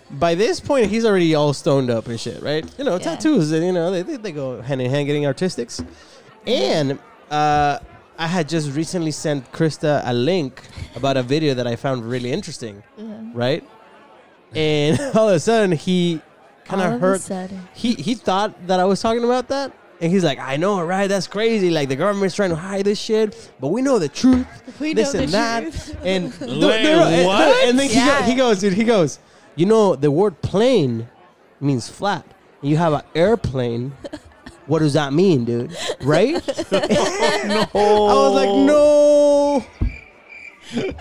[SPEAKER 2] By this point, he's already all stoned up and shit, right? You know,
[SPEAKER 1] Yeah.
[SPEAKER 2] tattoos, you know, they, they, they go hand in hand getting artistics. And uh, I had just recently sent Krista a link about a video that I found really interesting,
[SPEAKER 1] Yeah.
[SPEAKER 2] right? And all of a sudden, he kind
[SPEAKER 1] All
[SPEAKER 2] of
[SPEAKER 1] of a
[SPEAKER 2] heard.
[SPEAKER 1] sudden.
[SPEAKER 2] He he thought that I was talking about that, and he's like, "I know, right? That's crazy. Like the government's trying to hide this shit, but we know the truth.
[SPEAKER 1] We
[SPEAKER 2] this
[SPEAKER 1] know the
[SPEAKER 2] and that."
[SPEAKER 1] truth.
[SPEAKER 2] And
[SPEAKER 3] Wait,
[SPEAKER 2] and-
[SPEAKER 3] what?
[SPEAKER 2] And then he,
[SPEAKER 1] Yeah.
[SPEAKER 2] go, he goes, dude. He goes, you know, the word plane means flat. You have an airplane. What does that mean, dude? Right?
[SPEAKER 3] Oh,
[SPEAKER 2] I was like,
[SPEAKER 1] Oh.
[SPEAKER 2] no.
[SPEAKER 1] He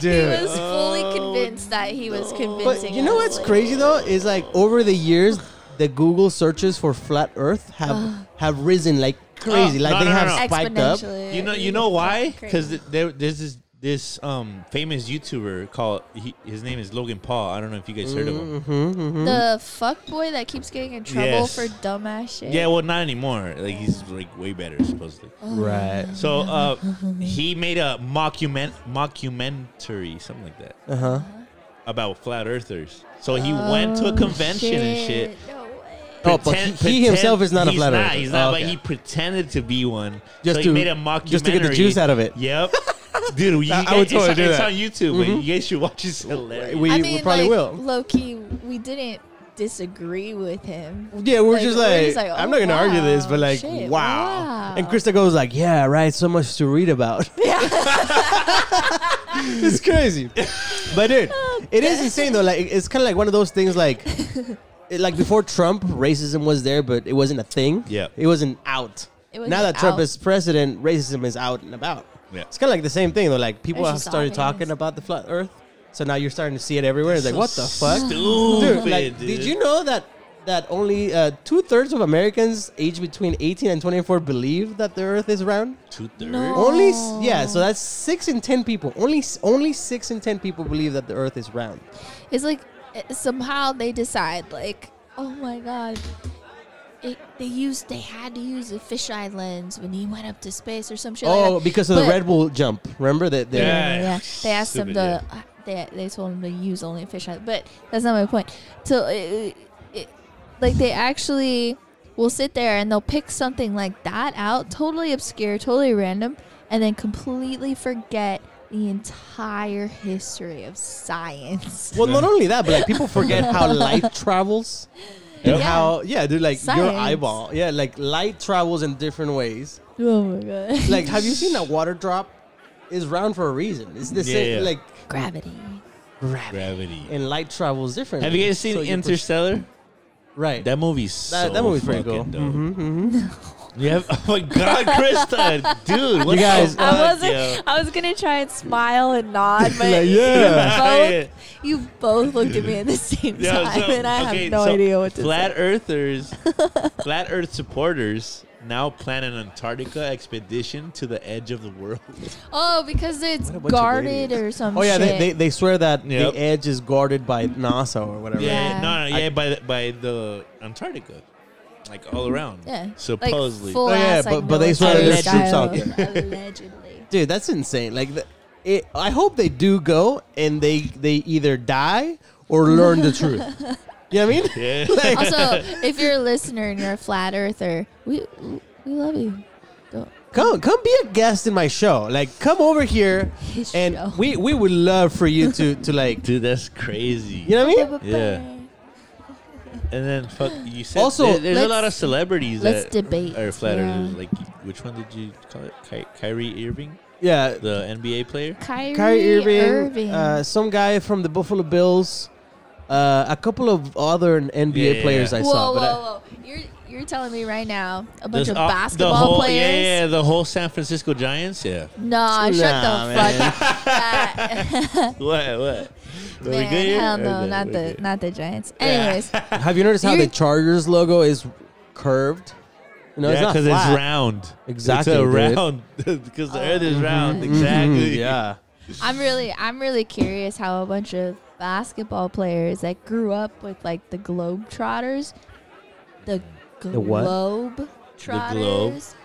[SPEAKER 2] Dude.
[SPEAKER 1] was fully convinced that he was convincing.
[SPEAKER 2] But you know
[SPEAKER 1] us,
[SPEAKER 2] what's
[SPEAKER 1] like-
[SPEAKER 2] crazy though is like over the years, the Google searches for flat Earth have have risen like crazy.
[SPEAKER 3] Oh,
[SPEAKER 2] like
[SPEAKER 3] no,
[SPEAKER 2] they
[SPEAKER 3] no, no,
[SPEAKER 2] have
[SPEAKER 3] no.
[SPEAKER 2] spiked up.
[SPEAKER 1] Exponentially.
[SPEAKER 3] You know, you know why? Because
[SPEAKER 1] Crazy.
[SPEAKER 3] there, there's this this um famous YouTuber called he, his name is Logan Paul. I don't know if you guys heard of him.
[SPEAKER 1] the fuck boy that keeps getting in trouble
[SPEAKER 3] Hmm? Yes.
[SPEAKER 1] for dumbass shit.
[SPEAKER 3] Yeah, well, not anymore. Like he's like way better supposedly.
[SPEAKER 2] Oh, Right.
[SPEAKER 3] So uh, he made a mockument mockumentary, something like that,
[SPEAKER 2] Uh huh.
[SPEAKER 3] about flat earthers. So he went to a convention and shit.
[SPEAKER 1] No way.
[SPEAKER 2] Oh, but he, he himself is not a
[SPEAKER 3] he's
[SPEAKER 2] flat
[SPEAKER 3] not,
[SPEAKER 2] earther.
[SPEAKER 3] He's not,
[SPEAKER 2] Oh,
[SPEAKER 3] but
[SPEAKER 2] okay.
[SPEAKER 3] he pretended to be one.
[SPEAKER 2] Just
[SPEAKER 3] so
[SPEAKER 2] to-
[SPEAKER 3] he made a mockumentary.
[SPEAKER 2] just to get the juice out of it.
[SPEAKER 3] Yep. Dude, you
[SPEAKER 2] I
[SPEAKER 3] guys-
[SPEAKER 2] would totally
[SPEAKER 3] it's,
[SPEAKER 2] do
[SPEAKER 3] it's
[SPEAKER 2] that.
[SPEAKER 3] on
[SPEAKER 2] Mm-hmm.
[SPEAKER 3] YouTube. but You guys should watch it. It's hilarious.
[SPEAKER 2] We,
[SPEAKER 1] I
[SPEAKER 2] we
[SPEAKER 1] mean,
[SPEAKER 2] probably
[SPEAKER 1] like,
[SPEAKER 2] will.
[SPEAKER 1] Low key, we didn't disagree with him.
[SPEAKER 2] Yeah, we're
[SPEAKER 1] Like,
[SPEAKER 2] just
[SPEAKER 1] we're
[SPEAKER 2] like,
[SPEAKER 1] just like,
[SPEAKER 2] I'm
[SPEAKER 1] oh,
[SPEAKER 2] not gonna argue this,
[SPEAKER 1] wow,
[SPEAKER 2] but like,
[SPEAKER 1] shit,
[SPEAKER 2] wow.
[SPEAKER 1] wow.
[SPEAKER 2] And Krista goes like, yeah, right. So much to read about. it's crazy, but dude,
[SPEAKER 1] Oh,
[SPEAKER 2] it is insane though. Like, it's kind of like one of those things. Like, it, like before Trump, racism was there, but it wasn't a thing.
[SPEAKER 3] Yeah.
[SPEAKER 2] it wasn't out.
[SPEAKER 1] It wasn't
[SPEAKER 2] now that Trump
[SPEAKER 1] out.
[SPEAKER 2] is president, racism is out and about.
[SPEAKER 3] Yeah.
[SPEAKER 2] It's kind of like the same thing though. Like people
[SPEAKER 1] It's
[SPEAKER 2] have
[SPEAKER 1] just
[SPEAKER 2] started
[SPEAKER 1] obvious.
[SPEAKER 2] talking about the flat Earth, so now you're starting to see it everywhere. It's like, what the fuck?
[SPEAKER 3] Stupid,
[SPEAKER 2] dude,
[SPEAKER 3] dude.
[SPEAKER 2] like, did you know that that only uh, two thirds of Americans aged between 18 and 24 believe that the Earth is round?
[SPEAKER 3] Two thirds.
[SPEAKER 1] No.
[SPEAKER 2] Only s- yeah, so that's six in ten people. Only s- only six in ten people believe that the Earth is round.
[SPEAKER 1] It's like uh, somehow they decide, like, oh my god, it, they used they had to use a fisheye lens when he went up to space or some shit. like
[SPEAKER 2] Oh,
[SPEAKER 1] that.
[SPEAKER 2] because of the
[SPEAKER 1] But-
[SPEAKER 2] Red Bull jump. Remember that?
[SPEAKER 1] Yeah,
[SPEAKER 2] Yeah.
[SPEAKER 1] yeah, yeah. They asked him
[SPEAKER 3] Stupid,
[SPEAKER 1] to. uh, They, they told him to use only fisheye, but that's not my point. So, it, it, like, they actually will sit there and they'll pick something like that out, totally obscure, totally random, and then completely forget the entire history of science.
[SPEAKER 2] Well, not only that, but like people forget how light travels and
[SPEAKER 1] Yeah.
[SPEAKER 2] how yeah, dude, like your
[SPEAKER 1] Science.
[SPEAKER 2] eyeball, yeah, like light travels in different ways.
[SPEAKER 1] Oh my god!
[SPEAKER 2] Like, have you seen a water drop? Is round for a reason. It's the
[SPEAKER 3] Yeah,
[SPEAKER 2] same,
[SPEAKER 3] yeah.
[SPEAKER 2] like
[SPEAKER 1] Gravity.
[SPEAKER 2] gravity.
[SPEAKER 3] Gravity.
[SPEAKER 2] and light travels differently.
[SPEAKER 3] Have you guys seen
[SPEAKER 2] So you pers-
[SPEAKER 3] Interstellar?
[SPEAKER 2] right.
[SPEAKER 3] That movie's so
[SPEAKER 2] that, that movie's pretty
[SPEAKER 3] fucking
[SPEAKER 2] cool.
[SPEAKER 3] dope.
[SPEAKER 1] Mm-hmm,
[SPEAKER 2] Mhm, mhm.
[SPEAKER 3] You have, oh my god, Krista, dude, what
[SPEAKER 2] You guys-
[SPEAKER 3] the
[SPEAKER 1] I
[SPEAKER 3] fuck,
[SPEAKER 1] wasn't.
[SPEAKER 3] yo?
[SPEAKER 1] I was gonna try and smile and nod, but
[SPEAKER 2] Like,
[SPEAKER 3] yeah.
[SPEAKER 1] you both you both looked at me at the same
[SPEAKER 3] Yeah,
[SPEAKER 1] time,
[SPEAKER 3] so-
[SPEAKER 1] and I
[SPEAKER 3] okay,
[SPEAKER 1] have no
[SPEAKER 3] so
[SPEAKER 1] idea what to
[SPEAKER 3] flat
[SPEAKER 1] say.
[SPEAKER 3] earthers, flat Earth supporters now plan an Antarctica expedition to the edge of the world.
[SPEAKER 1] Oh, because it's
[SPEAKER 2] What a bunch of
[SPEAKER 1] guarded
[SPEAKER 2] idiots.
[SPEAKER 1] or some.
[SPEAKER 2] Oh yeah,
[SPEAKER 1] shit.
[SPEAKER 2] they, they, they swear that
[SPEAKER 3] Yep.
[SPEAKER 2] the edge is guarded by NASA or whatever.
[SPEAKER 3] Yeah,
[SPEAKER 1] Yeah.
[SPEAKER 3] no, no, yeah, by the, by the Antarctica, like all around.
[SPEAKER 1] yeah, like,
[SPEAKER 3] supposedly.
[SPEAKER 1] full
[SPEAKER 2] Oh, yeah,
[SPEAKER 1] ass, like,
[SPEAKER 2] but- but they swear
[SPEAKER 1] military
[SPEAKER 3] there's
[SPEAKER 2] troops out
[SPEAKER 1] style. Allegedly.
[SPEAKER 2] Dude, that's insane. Like, the, it, I hope they do go and they they either die or learn the truth. You know what I mean?
[SPEAKER 3] yeah.
[SPEAKER 2] Like,
[SPEAKER 1] Also, if you're a listener and you're a flat earther, we we love you. Go.
[SPEAKER 2] come come be a guest in my show. Like, come over here,
[SPEAKER 1] His
[SPEAKER 2] and
[SPEAKER 1] show.
[SPEAKER 2] we we would love for you to to like.
[SPEAKER 3] dude, that's crazy.
[SPEAKER 2] You know what I mean?
[SPEAKER 3] Yeah. And then fuck, you said
[SPEAKER 2] Also,
[SPEAKER 3] there- there's a
[SPEAKER 1] Let's-
[SPEAKER 3] lot of celebrities
[SPEAKER 1] let's
[SPEAKER 3] that
[SPEAKER 1] debate,
[SPEAKER 3] are flat
[SPEAKER 1] yeah.
[SPEAKER 3] earthers. Like, which one did you call it? Ky- Kyrie Irving,
[SPEAKER 2] Yeah.
[SPEAKER 3] the NBA player.
[SPEAKER 1] Kyrie,
[SPEAKER 2] Kyrie Irving,
[SPEAKER 1] Irving.
[SPEAKER 2] Uh, some guy from the Buffalo Bills, uh, a couple of other NBA
[SPEAKER 3] Yeah, yeah,
[SPEAKER 2] players
[SPEAKER 3] yeah.
[SPEAKER 2] I
[SPEAKER 1] whoa,
[SPEAKER 2] saw.
[SPEAKER 1] whoa,
[SPEAKER 2] but I-
[SPEAKER 1] whoa! You're you're telling me right now a bunch
[SPEAKER 3] This-
[SPEAKER 1] of
[SPEAKER 3] uh,
[SPEAKER 1] basketball
[SPEAKER 3] the whole,
[SPEAKER 1] players?
[SPEAKER 3] Yeah, yeah, the whole San Francisco Giants. Yeah.
[SPEAKER 1] Nah, shut
[SPEAKER 2] Nah,
[SPEAKER 1] the
[SPEAKER 2] man.
[SPEAKER 1] fuck up.
[SPEAKER 3] what? What? Are we
[SPEAKER 1] man,
[SPEAKER 3] good here?
[SPEAKER 1] hell no,
[SPEAKER 3] Okay,
[SPEAKER 1] not
[SPEAKER 3] we're
[SPEAKER 1] the
[SPEAKER 3] good.
[SPEAKER 1] not the Giants. Anyways,
[SPEAKER 2] Have you noticed how
[SPEAKER 1] You-
[SPEAKER 2] the Chargers logo is curved? You know,
[SPEAKER 3] yeah,
[SPEAKER 2] it's not
[SPEAKER 3] because it's
[SPEAKER 2] flat.
[SPEAKER 3] round.
[SPEAKER 2] Exactly,
[SPEAKER 3] It's a
[SPEAKER 2] dude.
[SPEAKER 3] round because the earth is round.
[SPEAKER 1] Mm-hmm.
[SPEAKER 3] Exactly.
[SPEAKER 2] Mm, Yeah.
[SPEAKER 1] I'm really I'm really curious how a bunch of basketball players that grew up with like the Globetrotters, the
[SPEAKER 2] The what?
[SPEAKER 1] Globe
[SPEAKER 3] Globe.
[SPEAKER 1] Trotters,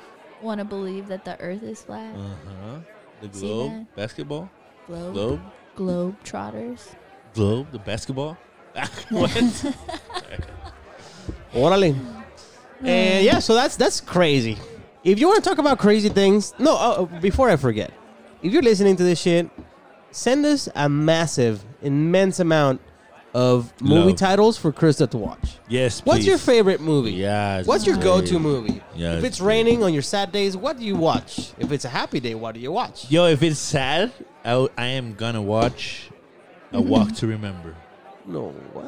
[SPEAKER 1] want to believe that the Earth is flat.
[SPEAKER 3] Uh huh. The
[SPEAKER 1] See
[SPEAKER 3] globe basketball.
[SPEAKER 1] Globe
[SPEAKER 3] Globe.
[SPEAKER 1] Globe, Trotters.
[SPEAKER 3] Globe. The basketball. what?
[SPEAKER 1] Hmm.
[SPEAKER 2] Orale. And yeah, so that's that's crazy. If you want to talk about crazy things, no. Uh, uh, before I forget, if you're listening to this shit, send us a massive, immense amount of movie
[SPEAKER 3] Love.
[SPEAKER 2] titles for Krista to watch.
[SPEAKER 3] Yes.
[SPEAKER 2] What's your
[SPEAKER 3] please.
[SPEAKER 2] favorite movie?
[SPEAKER 3] Yes,
[SPEAKER 2] What's your
[SPEAKER 3] please.
[SPEAKER 2] go-to movie?
[SPEAKER 3] Yes,
[SPEAKER 2] if it's
[SPEAKER 3] please.
[SPEAKER 2] raining on your sad days, what do you watch? If it's a happy day, what do you watch?
[SPEAKER 3] Yo, if it's sad, I, w- I am gonna watch A Walk to Remember.
[SPEAKER 2] No what?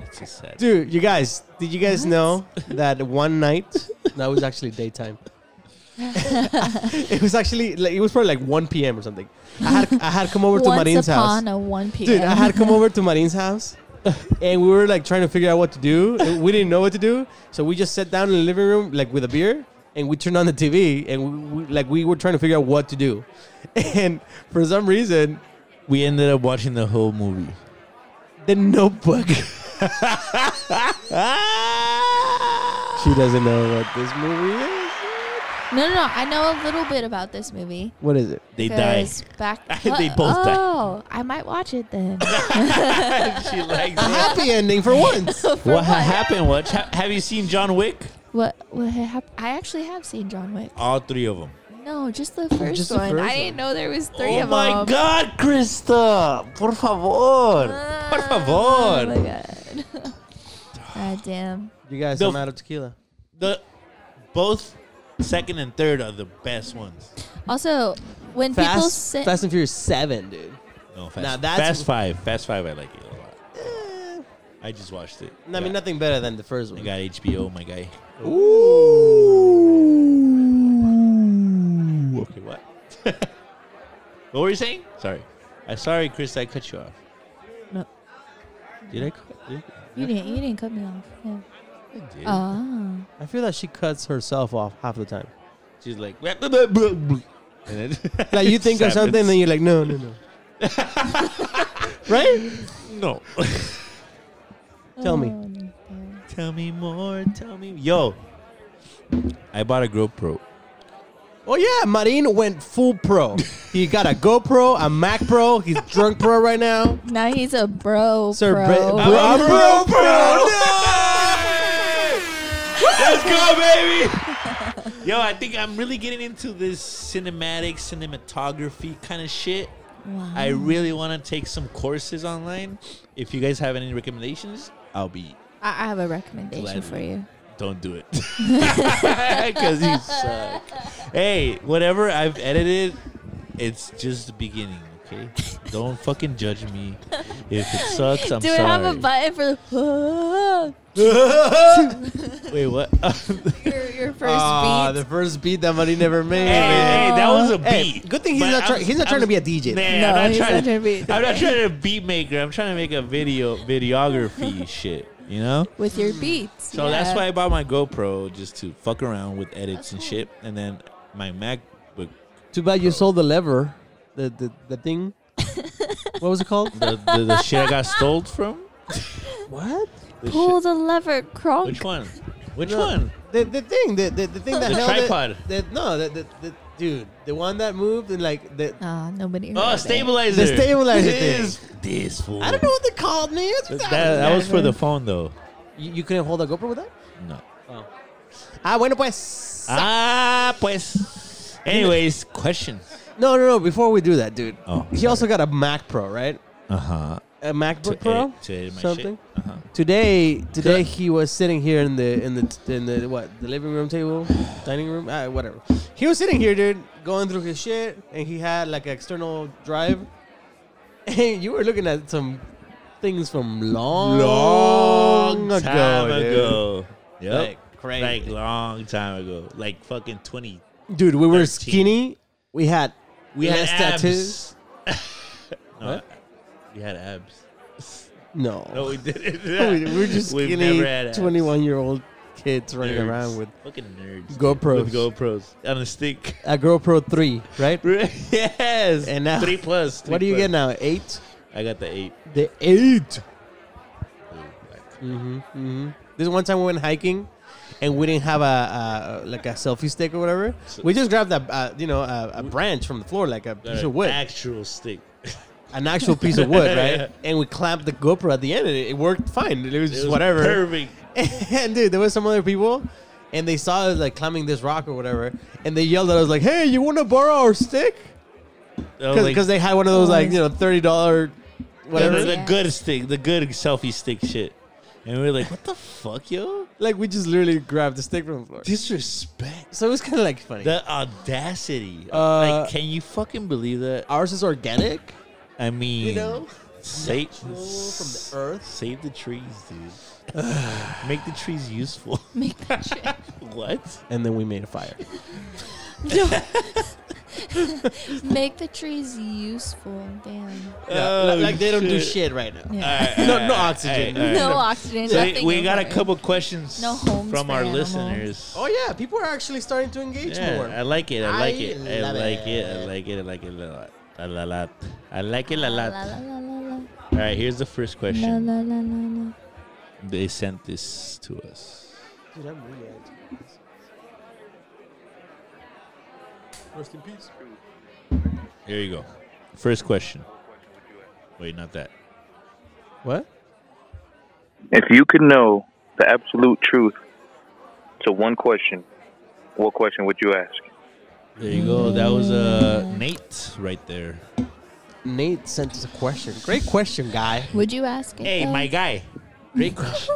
[SPEAKER 3] It's a sad.
[SPEAKER 2] Dude, you guys, did you guys know that one night? That was actually daytime. it was actually like it was probably like 1 p.m. or something. I had I had come over to
[SPEAKER 1] Once
[SPEAKER 2] Marin's house.
[SPEAKER 1] upon a 1 p.m.
[SPEAKER 2] Dude, I had come over to Marin's house and we were like trying to figure out what to do. And We didn't know what to do. So we just sat down in the living room, like with a beer, and we turned on the TV and we, we, like we were trying to figure out what to do. And for some reason,
[SPEAKER 3] We ended up watching the whole movie.
[SPEAKER 2] the notebook. she doesn't know what this movie is.
[SPEAKER 1] no, no, no. I know a little bit about this movie.
[SPEAKER 2] What is it?
[SPEAKER 3] They die.
[SPEAKER 1] 'cause Back,
[SPEAKER 3] They both die.
[SPEAKER 1] Oh, I might watch it then.
[SPEAKER 3] she likes
[SPEAKER 2] A happy ending for once.
[SPEAKER 1] For
[SPEAKER 3] What ha- happened? What ha- have you seen John Wick?
[SPEAKER 1] What, what happened? I actually have seen John Wick.
[SPEAKER 3] All three of them.
[SPEAKER 1] No, just the first
[SPEAKER 2] Just the
[SPEAKER 1] one.
[SPEAKER 2] first
[SPEAKER 1] I didn't
[SPEAKER 2] one.
[SPEAKER 1] know there was three
[SPEAKER 3] oh
[SPEAKER 1] of
[SPEAKER 3] my
[SPEAKER 1] them.
[SPEAKER 3] God, Krista! Por favor, por
[SPEAKER 1] Oh Ah, my
[SPEAKER 3] favor.
[SPEAKER 1] god. God damn.
[SPEAKER 2] You guys,
[SPEAKER 3] The-
[SPEAKER 2] I'm out of tequila.
[SPEAKER 3] The both second and third are the best ones.
[SPEAKER 1] Also, when people
[SPEAKER 2] Fast,
[SPEAKER 1] say
[SPEAKER 2] Fast and Furious 7, dude.
[SPEAKER 3] No, fast.
[SPEAKER 2] Now that's-
[SPEAKER 3] fast five. Fast five. I like it a lot. I just watched it.
[SPEAKER 2] I mean,
[SPEAKER 3] got,
[SPEAKER 2] nothing better than the first
[SPEAKER 3] I
[SPEAKER 2] one.
[SPEAKER 3] got HBO, my guy.
[SPEAKER 2] Ooh.
[SPEAKER 3] Okay, what? what were you saying? Sorry. I sorry, Chris. I cut you off.
[SPEAKER 1] No.
[SPEAKER 3] Did I? cut- Did
[SPEAKER 1] you didn't you didn't cut me off. Yeah.
[SPEAKER 3] I did.
[SPEAKER 1] Oh.
[SPEAKER 2] I feel that she cuts herself off half the time.
[SPEAKER 3] She's like, "Blah, blah, blah, blah, blah." and then
[SPEAKER 2] Like you think of
[SPEAKER 3] Happens.
[SPEAKER 2] something, then you're like, no, no, no. right?
[SPEAKER 3] no.
[SPEAKER 2] Tell me.
[SPEAKER 1] Oh,
[SPEAKER 3] tell me more. Tell me. Yo, I bought a GoPro.
[SPEAKER 2] Oh yeah, Marin went full pro. he got a GoPro, a Mac Pro. He's drunk pro right now.
[SPEAKER 1] Now he's a bro.
[SPEAKER 2] Sir,
[SPEAKER 1] bro.
[SPEAKER 2] Bre- Bro,
[SPEAKER 3] I'm a
[SPEAKER 2] bro, bro.
[SPEAKER 3] No! Let's go, baby. Yo, I think I'm really getting into this cinematic cinematography kind of shit.
[SPEAKER 1] Wow.
[SPEAKER 3] I really want to take some courses online. If you guys have any recommendations, I'll be.
[SPEAKER 1] I, I have a recommendation
[SPEAKER 3] Gladly.
[SPEAKER 1] for you.
[SPEAKER 3] Don't do it because you suck. Hey, whatever I've edited, it's just the beginning. Okay, don't fucking judge me. If it sucks, I'm
[SPEAKER 1] Do
[SPEAKER 3] sorry.
[SPEAKER 1] I have a button for the
[SPEAKER 3] Wait, what?
[SPEAKER 1] your, your first
[SPEAKER 2] Ah,
[SPEAKER 1] beat?
[SPEAKER 2] the first beat that Marin never made.
[SPEAKER 3] Hey, hey, that was a
[SPEAKER 2] Hey,
[SPEAKER 3] beat.
[SPEAKER 2] good thing he's
[SPEAKER 3] But
[SPEAKER 2] not try-
[SPEAKER 3] I'm-
[SPEAKER 2] he's not trying to
[SPEAKER 3] I'm-
[SPEAKER 2] be a DJ.
[SPEAKER 3] Nah,
[SPEAKER 1] No,
[SPEAKER 3] I'm not
[SPEAKER 1] he's
[SPEAKER 3] trying
[SPEAKER 1] not
[SPEAKER 3] to
[SPEAKER 1] trying to be-
[SPEAKER 3] I'm not trying to beat maker. I'm trying to make a video videography shit. You know.
[SPEAKER 1] with your beats.
[SPEAKER 3] So that's
[SPEAKER 1] yeah.
[SPEAKER 3] why I bought my GoPro just to fuck around with edits and
[SPEAKER 1] cool.
[SPEAKER 3] shit, and then my MacBook,
[SPEAKER 2] Too bad you sold the lever, the the, the thing. what was it called?
[SPEAKER 3] the, the, the shit I got stole from.
[SPEAKER 2] What?
[SPEAKER 3] The
[SPEAKER 1] Pull the lever,
[SPEAKER 3] shit-
[SPEAKER 1] Kronk.
[SPEAKER 3] Which one? Which
[SPEAKER 2] No,
[SPEAKER 3] one?
[SPEAKER 2] The, the thing, the, the, the thing that
[SPEAKER 3] The
[SPEAKER 2] held it-
[SPEAKER 3] tripod.
[SPEAKER 2] the- no, the, the, the dude, the one that moved and like the.
[SPEAKER 1] Ah, nobody. heard
[SPEAKER 3] Oh,
[SPEAKER 1] it.
[SPEAKER 3] stabilizer.
[SPEAKER 2] The stabilizer thing.
[SPEAKER 3] This, this fool.
[SPEAKER 2] I don't know what they called me.
[SPEAKER 3] That, that was for the phone though.
[SPEAKER 2] You, you couldn't hold a GoPro with that?
[SPEAKER 3] No.
[SPEAKER 2] Oh. Ah, bueno pues.
[SPEAKER 3] Ah, pues. Anyways, questions.
[SPEAKER 2] No, no, no. Before we do that, dude.
[SPEAKER 3] Oh,
[SPEAKER 2] he also got a Mac Pro, right?
[SPEAKER 3] Uh huh.
[SPEAKER 2] A MacBook
[SPEAKER 3] To
[SPEAKER 2] Pro.
[SPEAKER 3] edit- to edit my
[SPEAKER 2] something.
[SPEAKER 3] shit. Uh-huh.
[SPEAKER 2] Today, today he was sitting here in the in the in the what the living room table, dining room, ah, whatever. He was sitting here, dude, going through his shit, and he had like an external drive. And you were looking at some things from long,
[SPEAKER 3] Long time ago.
[SPEAKER 2] dude.
[SPEAKER 3] Yep. Like,
[SPEAKER 2] Like crazy,
[SPEAKER 3] long time ago. Like fucking twenty.
[SPEAKER 2] dude. We
[SPEAKER 3] 13.
[SPEAKER 2] were skinny. We had
[SPEAKER 3] We
[SPEAKER 2] less
[SPEAKER 3] had abs.
[SPEAKER 2] tattoos.
[SPEAKER 3] no,
[SPEAKER 2] What?
[SPEAKER 3] We had abs.
[SPEAKER 2] No,
[SPEAKER 3] No, we didn't.
[SPEAKER 2] we, we're just
[SPEAKER 3] We've never had
[SPEAKER 2] skinny,
[SPEAKER 3] abs.
[SPEAKER 2] twenty-one-year-old kids running
[SPEAKER 3] Nerds.
[SPEAKER 2] around with
[SPEAKER 3] fucking nerds.
[SPEAKER 2] GoPros.
[SPEAKER 3] With GoPros on a stick.
[SPEAKER 2] a GoPro three, right?
[SPEAKER 3] yes.
[SPEAKER 2] And now-
[SPEAKER 3] three plus.
[SPEAKER 2] What do
[SPEAKER 3] three
[SPEAKER 2] you
[SPEAKER 3] plus.
[SPEAKER 2] get now? Eight.
[SPEAKER 3] I got the eight.
[SPEAKER 2] The eight.
[SPEAKER 3] Ooh, like,
[SPEAKER 2] Mm-hmm. Mm-hmm. This one time we went hiking, and we didn't have a, a like a selfie stick or whatever.
[SPEAKER 3] So-
[SPEAKER 2] we just grabbed a, a you know a, a branch from the floor, like a
[SPEAKER 3] got
[SPEAKER 2] piece
[SPEAKER 3] an
[SPEAKER 2] of wood,
[SPEAKER 3] Actual stick.
[SPEAKER 2] an actual piece of wood, right?
[SPEAKER 3] Yeah.
[SPEAKER 2] And we clamped the GoPro at the end, and it, it worked fine. It was
[SPEAKER 3] It
[SPEAKER 2] just
[SPEAKER 3] was
[SPEAKER 2] whatever.
[SPEAKER 3] Perfect.
[SPEAKER 2] and dude, there was some other people, and they saw us like climbing this rock or whatever, and they yelled at us like, "Hey, you want to borrow our stick?"
[SPEAKER 3] Oh,
[SPEAKER 2] Because
[SPEAKER 3] like-
[SPEAKER 2] they had one of those like you know thirty dollar,
[SPEAKER 3] the,
[SPEAKER 2] whatever.
[SPEAKER 3] the, the
[SPEAKER 1] Yeah.
[SPEAKER 3] good stick, the good selfie stick shit. And we were like, what the fuck, yo?
[SPEAKER 2] Like we just literally grabbed the stick from the floor.
[SPEAKER 3] Disrespect.
[SPEAKER 2] So it was kind of like funny.
[SPEAKER 3] The audacity.
[SPEAKER 2] Uh,
[SPEAKER 3] like, can you fucking believe that?
[SPEAKER 2] Ours is organic,
[SPEAKER 3] I mean,
[SPEAKER 2] you know.
[SPEAKER 3] save,
[SPEAKER 2] natural from the earth.
[SPEAKER 3] Save the trees, dude. Make the trees useful.
[SPEAKER 1] Make that shit.
[SPEAKER 3] what?
[SPEAKER 2] And then we made a fire.
[SPEAKER 1] Make the trees useful. Damn.
[SPEAKER 2] Yeah, li-
[SPEAKER 3] Oh,
[SPEAKER 2] like they don't do Oh, shit right now.
[SPEAKER 1] Yeah.
[SPEAKER 3] Alright,
[SPEAKER 2] No-
[SPEAKER 3] alright,
[SPEAKER 2] no
[SPEAKER 3] alright,
[SPEAKER 2] oxygen.
[SPEAKER 3] alright.
[SPEAKER 1] No oxygen.
[SPEAKER 3] So
[SPEAKER 1] nothing
[SPEAKER 3] we- we got a
[SPEAKER 1] important.
[SPEAKER 3] couple questions
[SPEAKER 1] No homes
[SPEAKER 3] from
[SPEAKER 1] for
[SPEAKER 3] our
[SPEAKER 1] animals.
[SPEAKER 3] listeners.
[SPEAKER 2] Oh yeah, people are actually starting to engage more.
[SPEAKER 3] I like it. I like it.
[SPEAKER 2] I
[SPEAKER 3] I
[SPEAKER 2] love
[SPEAKER 3] like it. I
[SPEAKER 2] it.
[SPEAKER 3] like it. I like it a lot. A la- lot. I like it
[SPEAKER 1] La,
[SPEAKER 3] a lot.
[SPEAKER 1] la, la, la, la, la.
[SPEAKER 3] All right, here's the first
[SPEAKER 1] La,
[SPEAKER 3] question.
[SPEAKER 1] la, la, la, la.
[SPEAKER 3] They sent this to us.
[SPEAKER 2] Dude, I'm really anti this. Rest in peace.
[SPEAKER 3] Here you go. First question. Wait, not that.
[SPEAKER 2] What?
[SPEAKER 5] If you could know the absolute truth to one question, what question would you ask?
[SPEAKER 3] There you go. That was uh, Nate right there.
[SPEAKER 2] Nate sent us a question. Great question, guy.
[SPEAKER 1] Would you ask it?
[SPEAKER 3] Hey,
[SPEAKER 1] though?
[SPEAKER 3] my guy. Great question.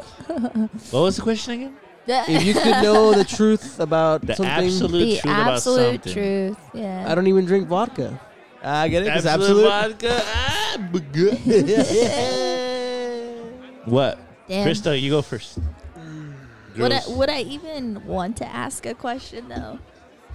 [SPEAKER 3] what was the question again?
[SPEAKER 2] If you could know the truth about
[SPEAKER 3] The
[SPEAKER 2] something,
[SPEAKER 3] absolute
[SPEAKER 1] the
[SPEAKER 3] truth about
[SPEAKER 1] absolute
[SPEAKER 3] something.
[SPEAKER 1] truth. Yeah.
[SPEAKER 2] I don't even drink vodka. Uh, I get it. It's
[SPEAKER 3] Absolute
[SPEAKER 2] absolute.
[SPEAKER 3] vodka. Ah, b- good. what?
[SPEAKER 1] Damn.
[SPEAKER 3] Krista, you go first.
[SPEAKER 1] Would I,
[SPEAKER 3] Girls.
[SPEAKER 1] would I even want to ask a question though?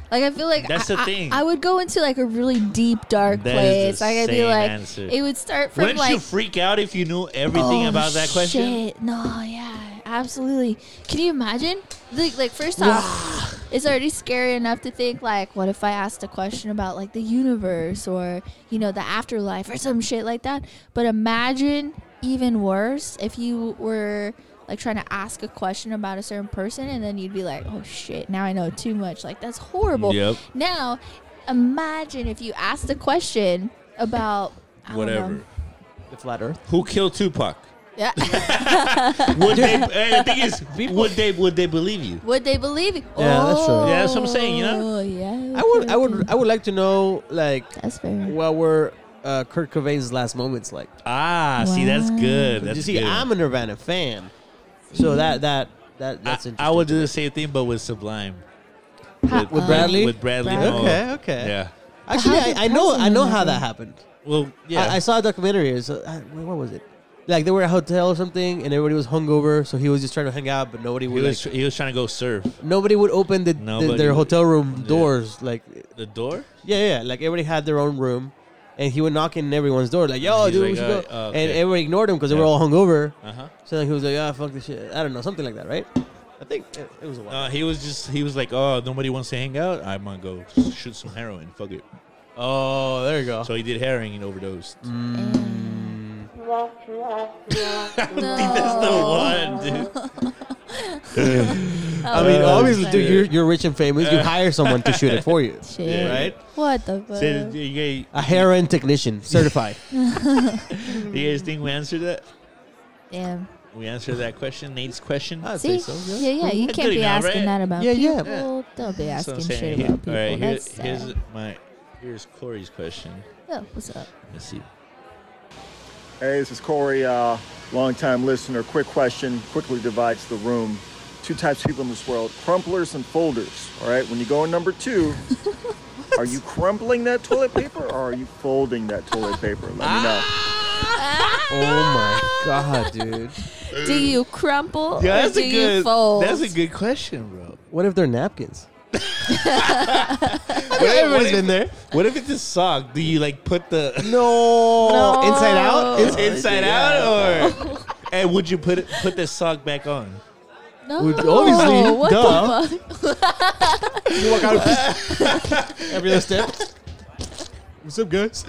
[SPEAKER 1] Like I feel like
[SPEAKER 3] That's
[SPEAKER 1] I,
[SPEAKER 3] the
[SPEAKER 1] I-
[SPEAKER 3] thing.
[SPEAKER 1] I, would go into like a really deep dark
[SPEAKER 3] That
[SPEAKER 1] place.
[SPEAKER 3] is the
[SPEAKER 1] like I'd be
[SPEAKER 3] same
[SPEAKER 1] like,
[SPEAKER 3] answer.
[SPEAKER 1] it would start from
[SPEAKER 3] Wouldn't
[SPEAKER 1] like
[SPEAKER 3] you freak out if you knew everything
[SPEAKER 1] "Oh,
[SPEAKER 3] about that question?
[SPEAKER 1] Shit. No, yeah, absolutely. Can you imagine? Like, like first off, it's already scary enough to think like, what if I asked a question about like the universe or you know the afterlife or some shit like that? But imagine even worse if you were like trying to ask a question about a certain person and then you'd be like, oh shit, now I know too much. Like that's horrible.
[SPEAKER 3] Yep.
[SPEAKER 1] Now, imagine if you asked a question about I don't
[SPEAKER 3] Whatever.
[SPEAKER 1] know.
[SPEAKER 2] The flat Earth.
[SPEAKER 3] Who killed Tupac?
[SPEAKER 1] Yeah.
[SPEAKER 3] Would they? eh, the thing is, would they? Would they believe you?
[SPEAKER 1] Would they believe it?
[SPEAKER 2] Yeah, that's true.
[SPEAKER 3] Yeah, that's what I'm saying, you know?
[SPEAKER 1] Oh, yeah.
[SPEAKER 2] I would.
[SPEAKER 1] okay, okay.
[SPEAKER 2] I would. I would like to know like
[SPEAKER 1] That's fair.
[SPEAKER 2] what were uh, Kurt Cobain's last moments like.
[SPEAKER 3] Ah, see, that's
[SPEAKER 1] Wow.
[SPEAKER 3] good.
[SPEAKER 2] But
[SPEAKER 3] That's
[SPEAKER 2] you see,
[SPEAKER 3] good.
[SPEAKER 2] I'm a Nirvana fan, so that that that that's
[SPEAKER 3] I,
[SPEAKER 2] interesting.
[SPEAKER 3] I would do the same thing, but with Sublime.
[SPEAKER 1] Ha- uh,
[SPEAKER 2] with Bradley?
[SPEAKER 3] With Bradley.
[SPEAKER 1] Um, Bradley.
[SPEAKER 3] Moore.
[SPEAKER 2] Okay, okay.
[SPEAKER 3] Yeah.
[SPEAKER 2] Actually,
[SPEAKER 1] How did
[SPEAKER 2] I, I know I
[SPEAKER 1] Tarzan
[SPEAKER 2] know how
[SPEAKER 1] happen?
[SPEAKER 2] that happened.
[SPEAKER 3] Well, yeah.
[SPEAKER 2] I, I saw a documentary. It's, uh, I- wait, what was it? Like they were at a hotel or something, and everybody was hungover, so he was just trying to hang out, but nobody
[SPEAKER 3] he
[SPEAKER 2] would.
[SPEAKER 3] was
[SPEAKER 2] like-
[SPEAKER 3] he was trying to go serve
[SPEAKER 2] nobody would open the, the-
[SPEAKER 3] Nobody
[SPEAKER 2] their
[SPEAKER 3] would-
[SPEAKER 2] hotel room
[SPEAKER 3] yeah.
[SPEAKER 2] doors. Like,
[SPEAKER 3] the door.
[SPEAKER 2] yeah, yeah. Like everybody had their own room, and he would knock in everyone's door, like, "Yo,
[SPEAKER 3] He's
[SPEAKER 2] dude,
[SPEAKER 3] like,
[SPEAKER 2] we should
[SPEAKER 3] "Oh,
[SPEAKER 2] go."
[SPEAKER 3] oh,
[SPEAKER 2] And
[SPEAKER 3] okay.
[SPEAKER 2] everybody ignored him because they
[SPEAKER 3] Yeah.
[SPEAKER 2] were all hungover.
[SPEAKER 3] Uh huh.
[SPEAKER 2] So then he was like, "Ah, fuck this shit." I don't know, something like that, right? I think it, it was a while.
[SPEAKER 3] Uh, he was just he was like, oh, nobody wants to hang out. I'm gonna go shoot some heroin. Fuck it.
[SPEAKER 2] oh, there you go.
[SPEAKER 3] So he did heroin and overdosed. That's the one, dude.
[SPEAKER 2] I mean,
[SPEAKER 3] Uh,
[SPEAKER 2] obviously, dude,
[SPEAKER 3] yeah.
[SPEAKER 2] you're, you're rich and famous. You hire someone to shoot it for you,
[SPEAKER 1] Shit.
[SPEAKER 3] Yeah.
[SPEAKER 2] right?
[SPEAKER 1] What the fuck?
[SPEAKER 3] Said, you guys,
[SPEAKER 2] A heroin technician, certified.
[SPEAKER 3] you guys think we answered that?
[SPEAKER 1] Damn.
[SPEAKER 3] We answered that question, Nate's question.
[SPEAKER 2] I'd
[SPEAKER 1] See?
[SPEAKER 2] say so. Yeah.
[SPEAKER 1] yeah. yeah, You
[SPEAKER 3] Good
[SPEAKER 1] can't be
[SPEAKER 3] enough,
[SPEAKER 1] asking
[SPEAKER 3] right?
[SPEAKER 1] that about
[SPEAKER 2] Yeah, yeah.
[SPEAKER 1] people. Don't be
[SPEAKER 3] That's
[SPEAKER 1] asking
[SPEAKER 3] what I'm saying.
[SPEAKER 1] shit
[SPEAKER 3] Here-
[SPEAKER 1] about people.
[SPEAKER 3] all right, here-
[SPEAKER 1] That's sad.
[SPEAKER 3] here's my here's Corey's question.
[SPEAKER 1] Oh, what's up?
[SPEAKER 3] Let's see.
[SPEAKER 6] Hey, this is Corey, uh, longtime listener. Quick question, quickly divides the room. Two types of people in this world crumplers and folders. All right, when you go in number two, are you crumpling that toilet paper or are you folding that toilet paper? Let me know.
[SPEAKER 2] Oh my god, dude!
[SPEAKER 1] Do you crumple or do you
[SPEAKER 3] good.
[SPEAKER 1] fold?
[SPEAKER 3] That's a good question, bro.
[SPEAKER 2] What if they're napkins?
[SPEAKER 3] What
[SPEAKER 2] Everyone's
[SPEAKER 3] if,
[SPEAKER 2] been there.
[SPEAKER 3] What if it's a sock? Do you like put the
[SPEAKER 2] No.
[SPEAKER 1] No.
[SPEAKER 2] Inside out?
[SPEAKER 3] it's inside out, or and would you put it, put the sock back on?
[SPEAKER 1] no.
[SPEAKER 2] Would- obviously,
[SPEAKER 1] What
[SPEAKER 2] duh.
[SPEAKER 1] the fuck?
[SPEAKER 2] You walk out every other step. What's up, guys?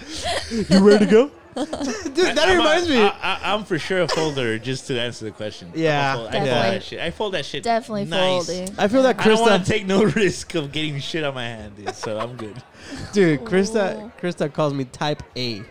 [SPEAKER 2] You ready to go? Dude, that
[SPEAKER 3] I'm a-
[SPEAKER 2] reminds me.
[SPEAKER 3] I, I, am for sure a folder. Just to answer the question. I'm a
[SPEAKER 2] Yeah.
[SPEAKER 3] fold- I fold
[SPEAKER 1] Definitely.
[SPEAKER 3] that shit. I fold that shit.
[SPEAKER 1] Definitely
[SPEAKER 3] nice.
[SPEAKER 1] folding.
[SPEAKER 2] I feel that
[SPEAKER 3] I don't want
[SPEAKER 2] Krista,
[SPEAKER 3] to take no risk of getting shit on my hand, dude. So I'm good.
[SPEAKER 2] dude. Krista, Krista calls me type A,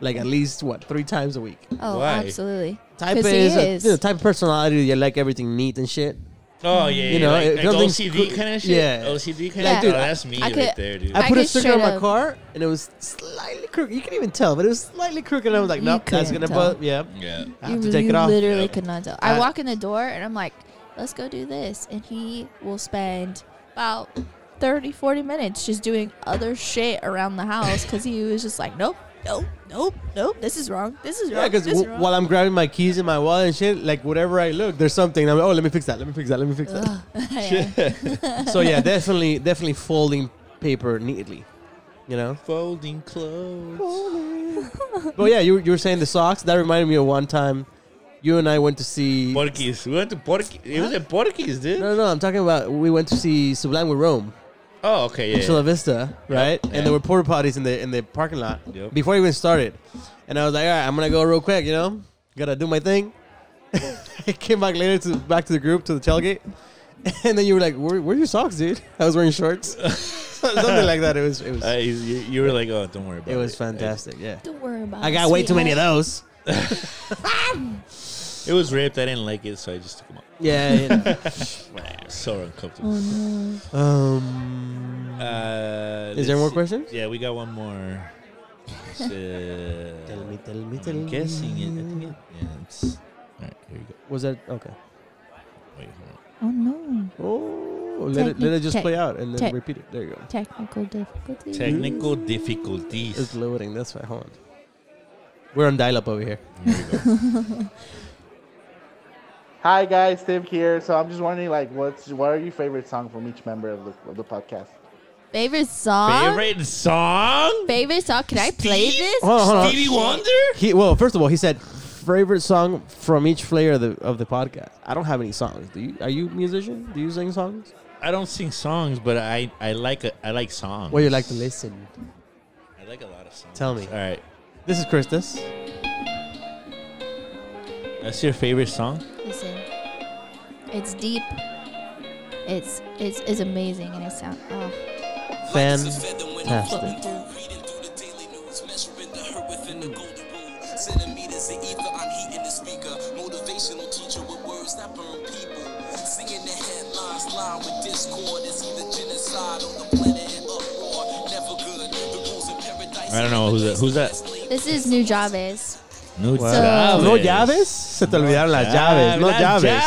[SPEAKER 2] like at least what three times a week.
[SPEAKER 1] Oh,
[SPEAKER 3] Why?
[SPEAKER 1] absolutely.
[SPEAKER 2] Type A
[SPEAKER 1] 'Cause he
[SPEAKER 2] is, a
[SPEAKER 1] is.
[SPEAKER 2] you know, type of personality. You like everything neat and shit.
[SPEAKER 3] Oh yeah,
[SPEAKER 2] You know,
[SPEAKER 3] like,
[SPEAKER 2] if
[SPEAKER 3] like
[SPEAKER 2] nothing
[SPEAKER 3] OCD
[SPEAKER 2] could-
[SPEAKER 3] kind of shit.
[SPEAKER 2] yeah.
[SPEAKER 3] OCD kind
[SPEAKER 1] Like,
[SPEAKER 3] of.
[SPEAKER 1] dude,
[SPEAKER 3] oh, that's me
[SPEAKER 1] I
[SPEAKER 3] right
[SPEAKER 1] could-
[SPEAKER 3] there, dude.
[SPEAKER 1] I
[SPEAKER 2] I put a
[SPEAKER 1] could
[SPEAKER 2] sticker on
[SPEAKER 1] straight
[SPEAKER 2] my
[SPEAKER 1] up-
[SPEAKER 2] car, and it was slightly crooked. You can't even tell, but it was slightly crooked. And I was like,
[SPEAKER 1] You
[SPEAKER 2] nope, that's
[SPEAKER 1] couldn't
[SPEAKER 2] gonna
[SPEAKER 1] tell.
[SPEAKER 2] buzz. Yeah,
[SPEAKER 3] yeah.
[SPEAKER 2] I
[SPEAKER 1] you
[SPEAKER 2] have
[SPEAKER 1] really,
[SPEAKER 2] to take it off.
[SPEAKER 1] literally
[SPEAKER 3] Yeah.
[SPEAKER 1] could not tell. I
[SPEAKER 2] I-
[SPEAKER 1] walk in the door and I'm like, let's go do this. And he will spend about 30, 40 minutes just doing other shit around the house because he was just like, nope, nope, nope, nope, this is wrong, this is wrong.
[SPEAKER 2] Yeah, because
[SPEAKER 1] this is
[SPEAKER 2] w-
[SPEAKER 1] wrong.
[SPEAKER 2] while I'm grabbing my keys in my wallet and shit, like whatever I look, there's something. I'm like, oh, let me fix that. Let me fix that. Let me fix that.
[SPEAKER 1] Ugh. Yeah.
[SPEAKER 2] so yeah, definitely, definitely folding paper neatly. You know.
[SPEAKER 3] Folding clothes.
[SPEAKER 2] But yeah, you, you were saying the socks. That reminded me of one time, you and I went to see.
[SPEAKER 3] Porky's. We went to Porky. It was at Porky's, dude.
[SPEAKER 2] No, no, I'm talking about we went to see Sublime with Rome,
[SPEAKER 3] Oh, okay, yeah.
[SPEAKER 2] Chula Vista, right?
[SPEAKER 3] yeah.
[SPEAKER 2] And there were porta potties in the in the parking lot
[SPEAKER 3] Yep.
[SPEAKER 2] before it even started. And I was like, all right, I'm gonna go real quick, you know, gotta do my thing. I came back later to back to the group to the tailgate, and then you were like, Where, "Where's your socks, dude?" I was wearing shorts, something like that. It was it was
[SPEAKER 3] Uh, you, you- you were like, oh, don't worry about it.
[SPEAKER 2] it was fantastic. Yeah,
[SPEAKER 1] Don't worry about it.
[SPEAKER 2] I got way too many of
[SPEAKER 1] sweetheart.
[SPEAKER 2] those.
[SPEAKER 3] It was ripped. I didn't like it, so I just took them off.
[SPEAKER 2] Yeah. You know.
[SPEAKER 3] So uncomfortable.
[SPEAKER 2] Oh, Um,
[SPEAKER 3] Uh,
[SPEAKER 2] is there
[SPEAKER 3] let's
[SPEAKER 2] more
[SPEAKER 3] see.
[SPEAKER 2] questions?
[SPEAKER 3] Yeah, we got one more. It's, uh,
[SPEAKER 2] Tell me, tell me, tell
[SPEAKER 3] I'm
[SPEAKER 2] me.
[SPEAKER 3] guessing it. I think it. Yeah, it's. All right, here we go.
[SPEAKER 2] Was that okay?
[SPEAKER 3] Wait, hold on.
[SPEAKER 1] Oh no,
[SPEAKER 2] Oh, let it, let it just
[SPEAKER 1] Technic-
[SPEAKER 2] play out and then
[SPEAKER 1] tech-
[SPEAKER 2] repeat it. There you go.
[SPEAKER 1] technical difficulties.
[SPEAKER 3] Technical difficulties.
[SPEAKER 2] It's loading. That's right. Hold on. We're on dial-up over here.
[SPEAKER 3] Here we go.
[SPEAKER 7] Hi guys, Tim here. So I'm just wondering, like, what's what are your favorite song from each member of the, of the podcast?
[SPEAKER 1] Favorite song? Favorite?
[SPEAKER 3] Favorite
[SPEAKER 1] song?
[SPEAKER 3] song?
[SPEAKER 1] Can I play
[SPEAKER 3] Steve?
[SPEAKER 1] this?
[SPEAKER 2] Hold on, hold on.
[SPEAKER 3] Stevie Wonder?
[SPEAKER 2] He well, first of all, he said favorite song from each player of the of the podcast. I don't have any songs. Do you? Are you a musician? Do you sing songs?
[SPEAKER 3] I don't sing songs, but I I like a, I like songs.
[SPEAKER 2] What you like to listen?
[SPEAKER 3] I like a lot of songs.
[SPEAKER 2] Tell me.
[SPEAKER 3] All right.
[SPEAKER 2] This is Christus.
[SPEAKER 3] That's your favorite song?
[SPEAKER 1] Listen, it's deep. It's it's it's amazing, and it sounds. Oh.
[SPEAKER 2] Fantastic.
[SPEAKER 8] Centimeters of ether, I'm heating the speaker. Motivational teacher with words that burn people. Singing the headlines, line with discord. It's either genocide or the planet in uproar. Never good. The rules in paradise.
[SPEAKER 3] I don't know who's that. Who's that?
[SPEAKER 1] This is New Javis.
[SPEAKER 3] No Ah,
[SPEAKER 1] So-
[SPEAKER 2] No llaves? Se te olvidaron las llaves. No
[SPEAKER 3] Las
[SPEAKER 2] llaves.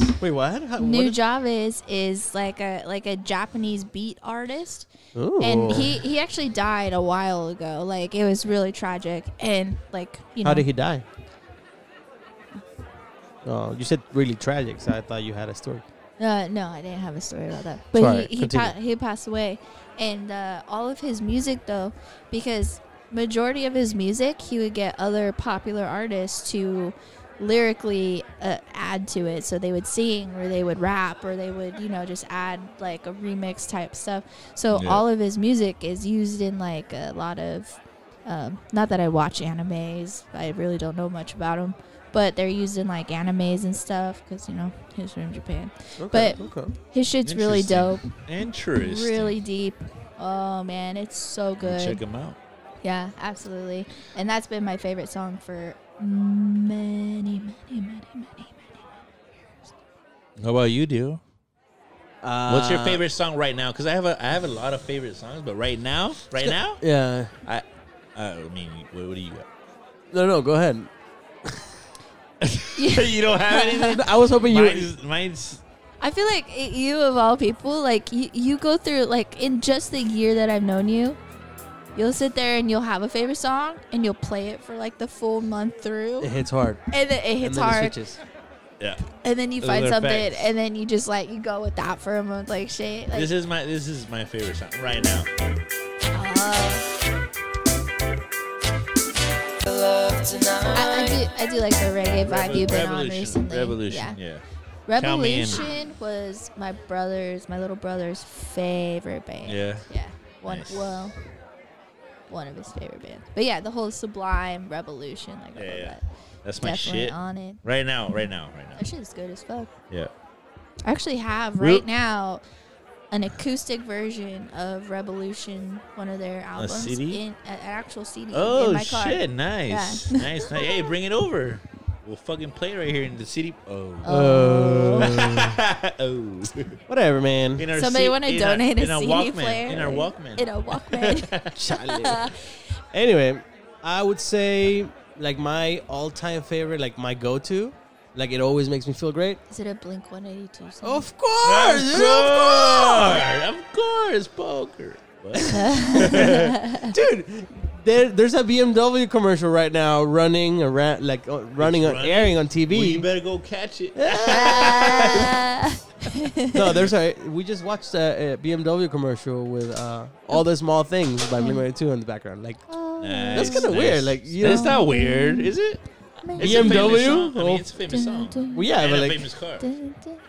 [SPEAKER 3] llaves.
[SPEAKER 2] Wait, what? How-
[SPEAKER 1] New
[SPEAKER 2] what?
[SPEAKER 1] Javis is like a like a Japanese beat artist,
[SPEAKER 2] Ooh.
[SPEAKER 1] and he he actually died a while ago. Like it was really tragic, and like you know,
[SPEAKER 2] How did he die? Oh, you said really tragic, so I thought you had a story.
[SPEAKER 1] Uh, no, I didn't have a story about that.
[SPEAKER 2] It's
[SPEAKER 1] But
[SPEAKER 2] alright,
[SPEAKER 1] he he,
[SPEAKER 2] continue.
[SPEAKER 1] pa- he passed away, and uh, all of his music though, because majority of his music he would get other popular artists to lyrically uh, add to it. So they would sing, or they would rap, or they would you know just add like a remix type stuff. So
[SPEAKER 3] Yeah.
[SPEAKER 1] all of his music is used in like a lot of. Um, not that I watch animes, I really don't know much about them, but they're used in like animes and stuff because you know he's from Japan.
[SPEAKER 2] Okay,
[SPEAKER 1] But-
[SPEAKER 2] okay.
[SPEAKER 1] His shit's really dope,
[SPEAKER 3] Interesting. Interesting.
[SPEAKER 1] really deep. Oh man, it's so
[SPEAKER 3] Check
[SPEAKER 1] good.
[SPEAKER 3] them out.
[SPEAKER 1] Yeah, absolutely. And that's been my favorite song for many, many, many, many, many.
[SPEAKER 3] How about you, Dio?
[SPEAKER 2] Uh,
[SPEAKER 3] What's your favorite song right now? Because I have a I have a lot of favorite songs, but right now, right now,
[SPEAKER 2] Uh, Yeah.
[SPEAKER 3] I I mean, what, what do you got?
[SPEAKER 2] No, no, go ahead.
[SPEAKER 3] you don't have anything.
[SPEAKER 2] I was hoping you.
[SPEAKER 3] mine's, mine's
[SPEAKER 1] I feel like i- you of all people, like you, you go through like in just the year that I've known you, you'll sit there and you'll have a favorite song and you'll play it for like the full month through,
[SPEAKER 2] it hits hard.
[SPEAKER 1] and then it hits
[SPEAKER 2] and then It
[SPEAKER 1] hard,
[SPEAKER 2] switches.
[SPEAKER 3] yeah.
[SPEAKER 1] and then you
[SPEAKER 3] Those
[SPEAKER 1] find
[SPEAKER 3] are
[SPEAKER 1] something,
[SPEAKER 3] facts.
[SPEAKER 1] and then you just like you go with that for a month, like shit. Like,
[SPEAKER 3] This is my this is my favorite song right now.
[SPEAKER 1] I, I do I do like the reggae vibe
[SPEAKER 3] Revo-
[SPEAKER 1] you've been on
[SPEAKER 3] Revolution,
[SPEAKER 1] recently.
[SPEAKER 3] Revolution, yeah.
[SPEAKER 1] yeah.
[SPEAKER 3] Count me in.
[SPEAKER 1] Revolution was my brother's, my little brother's favorite band.
[SPEAKER 3] Yeah.
[SPEAKER 1] Yeah. One
[SPEAKER 3] Nice.
[SPEAKER 1] well, one of his favorite bands. But yeah, the whole Sublime Revolution, like all
[SPEAKER 3] Yeah, yeah.
[SPEAKER 1] that,
[SPEAKER 3] That's my
[SPEAKER 1] definitely
[SPEAKER 3] shit.
[SPEAKER 1] on it.
[SPEAKER 3] Right now, right now, right now.
[SPEAKER 1] That shit is good as fuck.
[SPEAKER 3] Yeah.
[SPEAKER 1] I actually have
[SPEAKER 3] Real-
[SPEAKER 1] right now an acoustic version of Revolution, one of their albums,
[SPEAKER 3] CD?
[SPEAKER 1] in an actual CD
[SPEAKER 3] Oh
[SPEAKER 1] in my car.
[SPEAKER 3] shit! Nice,
[SPEAKER 1] Yeah.
[SPEAKER 3] nice, nice. Hey, bring it over. We'll fucking play right here in the city. Oh. oh.
[SPEAKER 2] Whatever, man.
[SPEAKER 3] In our
[SPEAKER 1] Somebody
[SPEAKER 3] ci-
[SPEAKER 1] want to
[SPEAKER 3] in our-
[SPEAKER 1] donate
[SPEAKER 3] in
[SPEAKER 1] a
[SPEAKER 3] our
[SPEAKER 1] CD
[SPEAKER 3] Walkman,
[SPEAKER 1] player?
[SPEAKER 3] In our Walkman.
[SPEAKER 1] In a Walkman.
[SPEAKER 2] Chale. anyway, I would say like my all-time favorite, like my go-to, like it always makes me feel great.
[SPEAKER 1] Is it a Blink
[SPEAKER 3] Oh,
[SPEAKER 1] 182 song?
[SPEAKER 2] Of
[SPEAKER 3] Of
[SPEAKER 2] course, dude, of
[SPEAKER 3] course, of course, poker. What?
[SPEAKER 2] course. dude. There, there's a BMW commercial right now running around, like uh, running, on,
[SPEAKER 3] running?
[SPEAKER 2] airing on TV.
[SPEAKER 3] well, you better go catch it.
[SPEAKER 1] Ah.
[SPEAKER 2] no, there's a. We just watched uh, a, a BMW commercial with uh, all the small things by Blink 182 in the background. Like
[SPEAKER 1] Uh,
[SPEAKER 3] Nice,
[SPEAKER 1] oh,
[SPEAKER 2] kinda
[SPEAKER 3] nice.
[SPEAKER 2] weird, like, you
[SPEAKER 3] that's
[SPEAKER 2] know-
[SPEAKER 3] not weird, is it? It's a famous
[SPEAKER 2] BMW?
[SPEAKER 3] song. I
[SPEAKER 2] Oh.
[SPEAKER 3] mean, it's a famous song.
[SPEAKER 2] well, yeah,
[SPEAKER 3] and
[SPEAKER 2] but
[SPEAKER 3] a
[SPEAKER 2] like
[SPEAKER 3] famous car.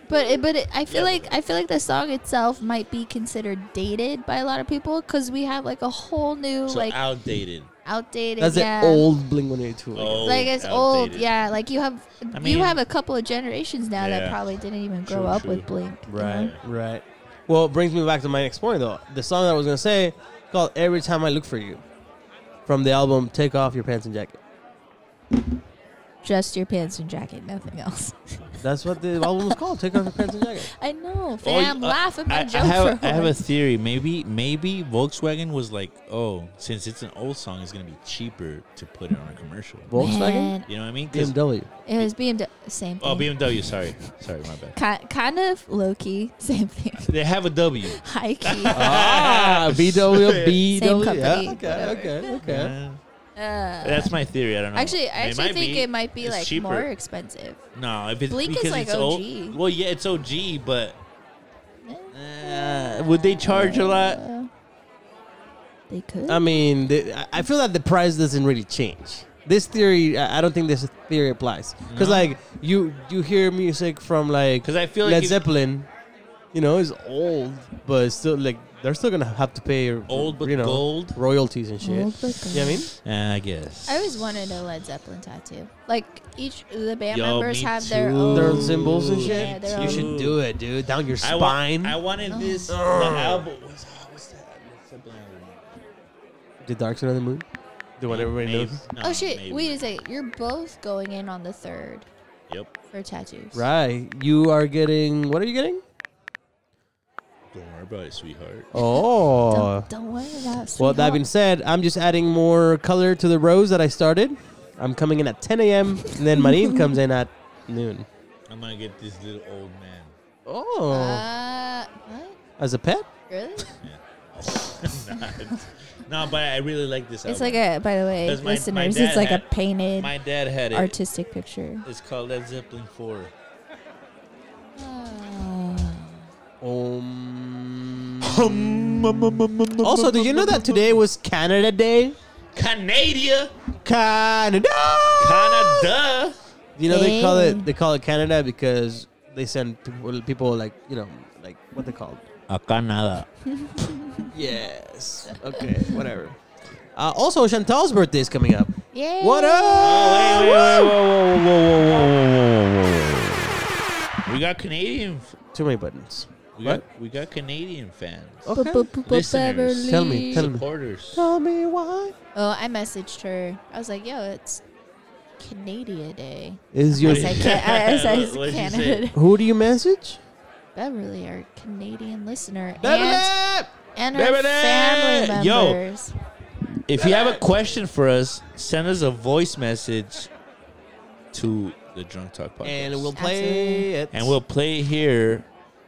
[SPEAKER 1] But it, but it, I feel like I feel like the song itself might be considered dated by a lot of people because we have like a whole new
[SPEAKER 3] So
[SPEAKER 1] like
[SPEAKER 3] outdated.
[SPEAKER 1] outdated.
[SPEAKER 2] that's
[SPEAKER 1] yeah.
[SPEAKER 2] the old Blink 182.
[SPEAKER 3] Oh,
[SPEAKER 1] Like it's old,
[SPEAKER 3] outdated.
[SPEAKER 1] yeah. Like you have
[SPEAKER 3] I
[SPEAKER 1] you
[SPEAKER 3] mean-
[SPEAKER 1] have a couple of generations now
[SPEAKER 3] Yeah.
[SPEAKER 1] that probably didn't even grow
[SPEAKER 3] True,
[SPEAKER 1] up with
[SPEAKER 3] true.
[SPEAKER 1] Blink. you know?
[SPEAKER 2] Right, right. Well, it brings me back to my next point, though. The song that I was gonna say called "Every Time I Look for You" from the album "Take Off Your Pants and Jacket."
[SPEAKER 1] Just your pants and jacket, nothing else.
[SPEAKER 2] That's what the album was called. Take off your pants and jacket.
[SPEAKER 1] I know,
[SPEAKER 3] Oh, you-
[SPEAKER 1] fam.
[SPEAKER 3] uh,
[SPEAKER 1] laugh at my
[SPEAKER 3] I, I
[SPEAKER 1] joke
[SPEAKER 3] have,
[SPEAKER 1] for
[SPEAKER 3] I have a
[SPEAKER 1] once.
[SPEAKER 3] theory. Maybe maybe Volkswagen was like, oh, since it's an old song, it's gonna be cheaper to put it on a commercial.
[SPEAKER 2] Volkswagen,
[SPEAKER 1] Man,
[SPEAKER 3] You know what I mean? 'Cause-
[SPEAKER 2] BMW.
[SPEAKER 1] it was BMW. Same thing.
[SPEAKER 3] Oh, BMW. Sorry, sorry, my bad.
[SPEAKER 1] Ki- kind of low key. Same thing.
[SPEAKER 3] They have a W.
[SPEAKER 1] High key.
[SPEAKER 3] Uh,
[SPEAKER 2] Ah, BW, BW.
[SPEAKER 1] company,
[SPEAKER 2] yeah, okay,
[SPEAKER 1] whatever.
[SPEAKER 2] okay, okay.
[SPEAKER 3] Uh,
[SPEAKER 1] Uh,
[SPEAKER 3] that's my theory. I don't know.
[SPEAKER 1] Actually, I
[SPEAKER 3] It
[SPEAKER 1] actually think it might be
[SPEAKER 3] It's
[SPEAKER 1] like
[SPEAKER 3] cheaper.
[SPEAKER 1] more expensive.
[SPEAKER 3] No, if it's
[SPEAKER 1] Bleak is
[SPEAKER 3] because
[SPEAKER 1] like
[SPEAKER 3] it's
[SPEAKER 1] OG.
[SPEAKER 3] old. Well, yeah, it's OG, but uh, would they charge a lot?
[SPEAKER 1] They could.
[SPEAKER 2] I mean, the, I- I feel that the price doesn't really change. This theory, I I don't think this theory applies because, like, you you hear music from like
[SPEAKER 3] 'Cause I feel like
[SPEAKER 2] Led
[SPEAKER 3] if-
[SPEAKER 2] Zeppelin, you know, is old, but still like they're still gonna have to pay
[SPEAKER 3] Old but
[SPEAKER 2] you know,
[SPEAKER 3] gold?
[SPEAKER 2] royalties and shit.
[SPEAKER 1] Old but
[SPEAKER 2] You know what I mean?
[SPEAKER 3] Uh, I guess.
[SPEAKER 1] I always wanted a Led Zeppelin tattoo. Like each of the band
[SPEAKER 3] Yo,
[SPEAKER 1] members
[SPEAKER 3] me
[SPEAKER 1] have their
[SPEAKER 3] too.
[SPEAKER 1] own.
[SPEAKER 2] Their own symbols and
[SPEAKER 3] Ooh,
[SPEAKER 1] yeah,
[SPEAKER 2] shit.
[SPEAKER 1] their
[SPEAKER 2] you
[SPEAKER 1] own- Oh,
[SPEAKER 2] should do it, dude. Down your
[SPEAKER 3] I wa-
[SPEAKER 2] spine.
[SPEAKER 3] I wanted this the
[SPEAKER 2] Ugh.
[SPEAKER 3] album. What's, what's that? What's that album?
[SPEAKER 2] the Dark Side of the Moon. The one everybody
[SPEAKER 3] Maybe.
[SPEAKER 2] knows.
[SPEAKER 3] No,
[SPEAKER 1] oh shit!
[SPEAKER 3] maybe.
[SPEAKER 1] Wait a second. You're both going in on the third
[SPEAKER 3] Yep.
[SPEAKER 1] for tattoos.
[SPEAKER 2] Right. You are getting. What are you getting?
[SPEAKER 3] Don't worry about it, sweetheart.
[SPEAKER 2] Oh.
[SPEAKER 1] Don't, don't worry about. it,
[SPEAKER 2] Well, that being
[SPEAKER 1] sweetheart.
[SPEAKER 2] said, I'm just adding more color to the rows that I started. I'm coming in at 10 a.m. and then Marine comes in at noon.
[SPEAKER 3] I'm gonna get this little old man.
[SPEAKER 2] Oh,
[SPEAKER 1] Uh, what?
[SPEAKER 2] as a pet?
[SPEAKER 1] Really?
[SPEAKER 3] I'm not. no, but I really like this
[SPEAKER 1] It's like
[SPEAKER 3] album.
[SPEAKER 1] a. By the way,
[SPEAKER 3] Because my- my
[SPEAKER 1] listeners,
[SPEAKER 3] dad
[SPEAKER 1] it's like a
[SPEAKER 3] had-
[SPEAKER 1] painted
[SPEAKER 3] My dad had it.
[SPEAKER 1] artistic picture.
[SPEAKER 3] It's called Led Zeppelin 4.
[SPEAKER 2] Um. Also, did you know that today was Canada Day?
[SPEAKER 3] Canada!
[SPEAKER 2] Canada.
[SPEAKER 3] Canada!
[SPEAKER 2] You know they call
[SPEAKER 1] Hey.
[SPEAKER 2] it they call it Canada because they send people, people like you know like what they called.
[SPEAKER 3] A Canada.
[SPEAKER 2] Yes. Okay. Whatever. Uh, also, Chantal's birthday is coming up.
[SPEAKER 1] Yay!
[SPEAKER 2] What up?
[SPEAKER 3] Oh, wait, wait, wait, whoa, whoa, whoa, whoa, whoa, whoa, whoa, whoa, whoa. We got Canadian. f-
[SPEAKER 2] Too many buttons.
[SPEAKER 3] We got, we got Canadian fans.
[SPEAKER 1] Oh,
[SPEAKER 2] Okay.
[SPEAKER 3] Listeners.
[SPEAKER 2] Tell me, tell me.
[SPEAKER 3] Supporters.
[SPEAKER 2] Tell me why.
[SPEAKER 1] Oh, I messaged her. I was like, "Yo, it's Canada Day."
[SPEAKER 2] Is your
[SPEAKER 1] I said, can- I said
[SPEAKER 3] What'd she
[SPEAKER 1] Canada Day.
[SPEAKER 2] who do you message?
[SPEAKER 1] Beverly, our Canadian listener, and,
[SPEAKER 2] Beverly!
[SPEAKER 1] and her
[SPEAKER 3] Beverly!
[SPEAKER 1] family
[SPEAKER 3] Yo.
[SPEAKER 1] members.
[SPEAKER 3] If you have a question for us, send us a voice message to the Drunk Talk Podcast.
[SPEAKER 2] And we'll play it.
[SPEAKER 3] and we'll play it here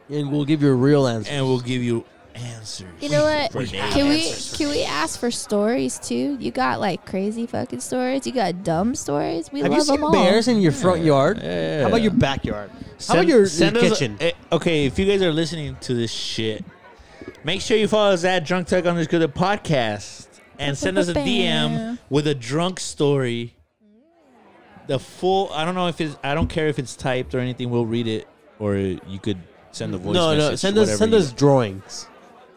[SPEAKER 2] and we'll give you a real answer.
[SPEAKER 3] and we'll give you answers.
[SPEAKER 1] You know what?
[SPEAKER 3] For days.
[SPEAKER 1] Can we can we ask for stories too? You got like crazy fucking stories. You got dumb stories. We
[SPEAKER 2] Have
[SPEAKER 1] love
[SPEAKER 2] you seen
[SPEAKER 1] them all.
[SPEAKER 2] bears in your front yard?
[SPEAKER 3] Yeah.
[SPEAKER 2] How about your backyard? How about your,
[SPEAKER 3] send
[SPEAKER 2] your
[SPEAKER 3] us a-
[SPEAKER 2] kitchen?
[SPEAKER 3] eh, okay, if you guys are listening to this shit, make sure you follow us at Drunk Tech underscore the podcast and send us a DM with a drunk story. The full, I don't know if it's, I don't care if it's typed or anything. We'll read it, or you could send a voice.
[SPEAKER 2] no,
[SPEAKER 3] message,
[SPEAKER 2] no. Send us
[SPEAKER 3] whatever
[SPEAKER 2] send
[SPEAKER 3] you-
[SPEAKER 2] us drawings.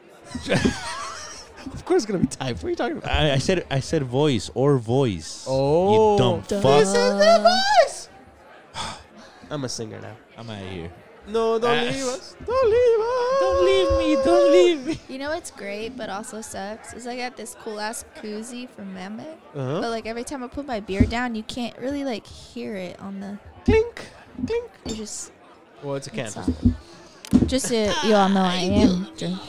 [SPEAKER 2] of course, it's gonna be typed. What are you talking about?
[SPEAKER 3] I, I said, I said voice or voice.
[SPEAKER 2] Oh.
[SPEAKER 3] you dumb
[SPEAKER 2] Dumb.
[SPEAKER 3] fuck!
[SPEAKER 2] This is the voice. I'm a singer now.
[SPEAKER 3] I'm out of here.
[SPEAKER 2] No, don't
[SPEAKER 3] Uh,
[SPEAKER 2] leave us. Don't leave us.
[SPEAKER 3] Don't leave me. Don't leave me.
[SPEAKER 1] You know what's great, but also sucks? Is I got this cool ass koozie from Mammoth,
[SPEAKER 2] Uh-huh.
[SPEAKER 1] but like every time I put my beer down, you can't really like hear it on the.
[SPEAKER 2] Clink. Clink.
[SPEAKER 1] It just.
[SPEAKER 2] Well, it's a
[SPEAKER 1] It's
[SPEAKER 2] canvas.
[SPEAKER 1] not- Just so you all know, I am drunk.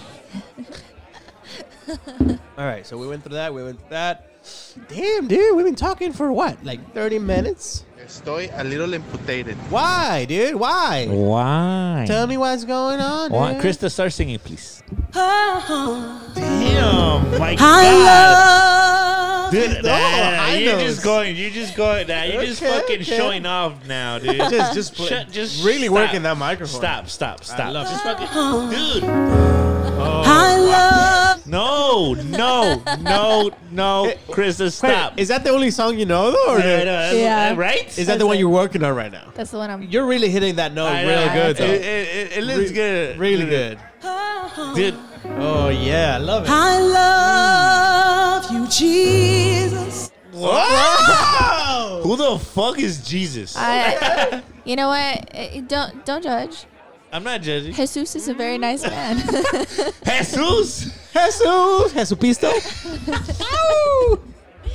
[SPEAKER 2] All right, so we went through that. We went through that. Damn, dude, we've been talking for what, like thirty minutes?
[SPEAKER 9] Estoy a little imputated.
[SPEAKER 2] Why, dude? Why?
[SPEAKER 3] Why?
[SPEAKER 2] Tell me what's going on.
[SPEAKER 3] Why?
[SPEAKER 2] dude.
[SPEAKER 3] Krista, start singing, please.
[SPEAKER 9] Damn, my
[SPEAKER 3] Dude,
[SPEAKER 2] No, high
[SPEAKER 3] you're
[SPEAKER 2] notes.
[SPEAKER 3] just going. You're just going. Nah, you're just
[SPEAKER 2] Oh, Okay,
[SPEAKER 3] fucking
[SPEAKER 2] okay.
[SPEAKER 3] showing off now, dude.
[SPEAKER 9] Just, just, play-
[SPEAKER 3] Shut- just
[SPEAKER 9] really
[SPEAKER 3] stop.
[SPEAKER 9] working that microphone.
[SPEAKER 3] Stop, stop, stop.
[SPEAKER 9] love
[SPEAKER 3] Just fucking, dude. I love. No, no, no, no, Krista, stop.
[SPEAKER 2] Wait, is that the only song you know, though? Or
[SPEAKER 3] Yeah, I know, that's-
[SPEAKER 1] Yeah.
[SPEAKER 3] uh, right?
[SPEAKER 2] Is that the one you're working on right now?
[SPEAKER 1] That's the one I'm.
[SPEAKER 2] You're really hitting that note
[SPEAKER 3] I know,
[SPEAKER 2] real
[SPEAKER 3] I-
[SPEAKER 2] good, though.
[SPEAKER 3] It, it, it, it looks
[SPEAKER 2] Re-
[SPEAKER 3] good.
[SPEAKER 2] Really good.
[SPEAKER 3] Dude,
[SPEAKER 2] Oh yeah, I love it.
[SPEAKER 10] I love you, Jesus.
[SPEAKER 3] wow! Who the fuck is Jesus? I,
[SPEAKER 1] I, you know what? Eh, Don't don't judge.
[SPEAKER 3] am not judging.
[SPEAKER 1] Jesus is a very nice man.
[SPEAKER 3] Jesus!
[SPEAKER 2] Jesus, Jesupisto.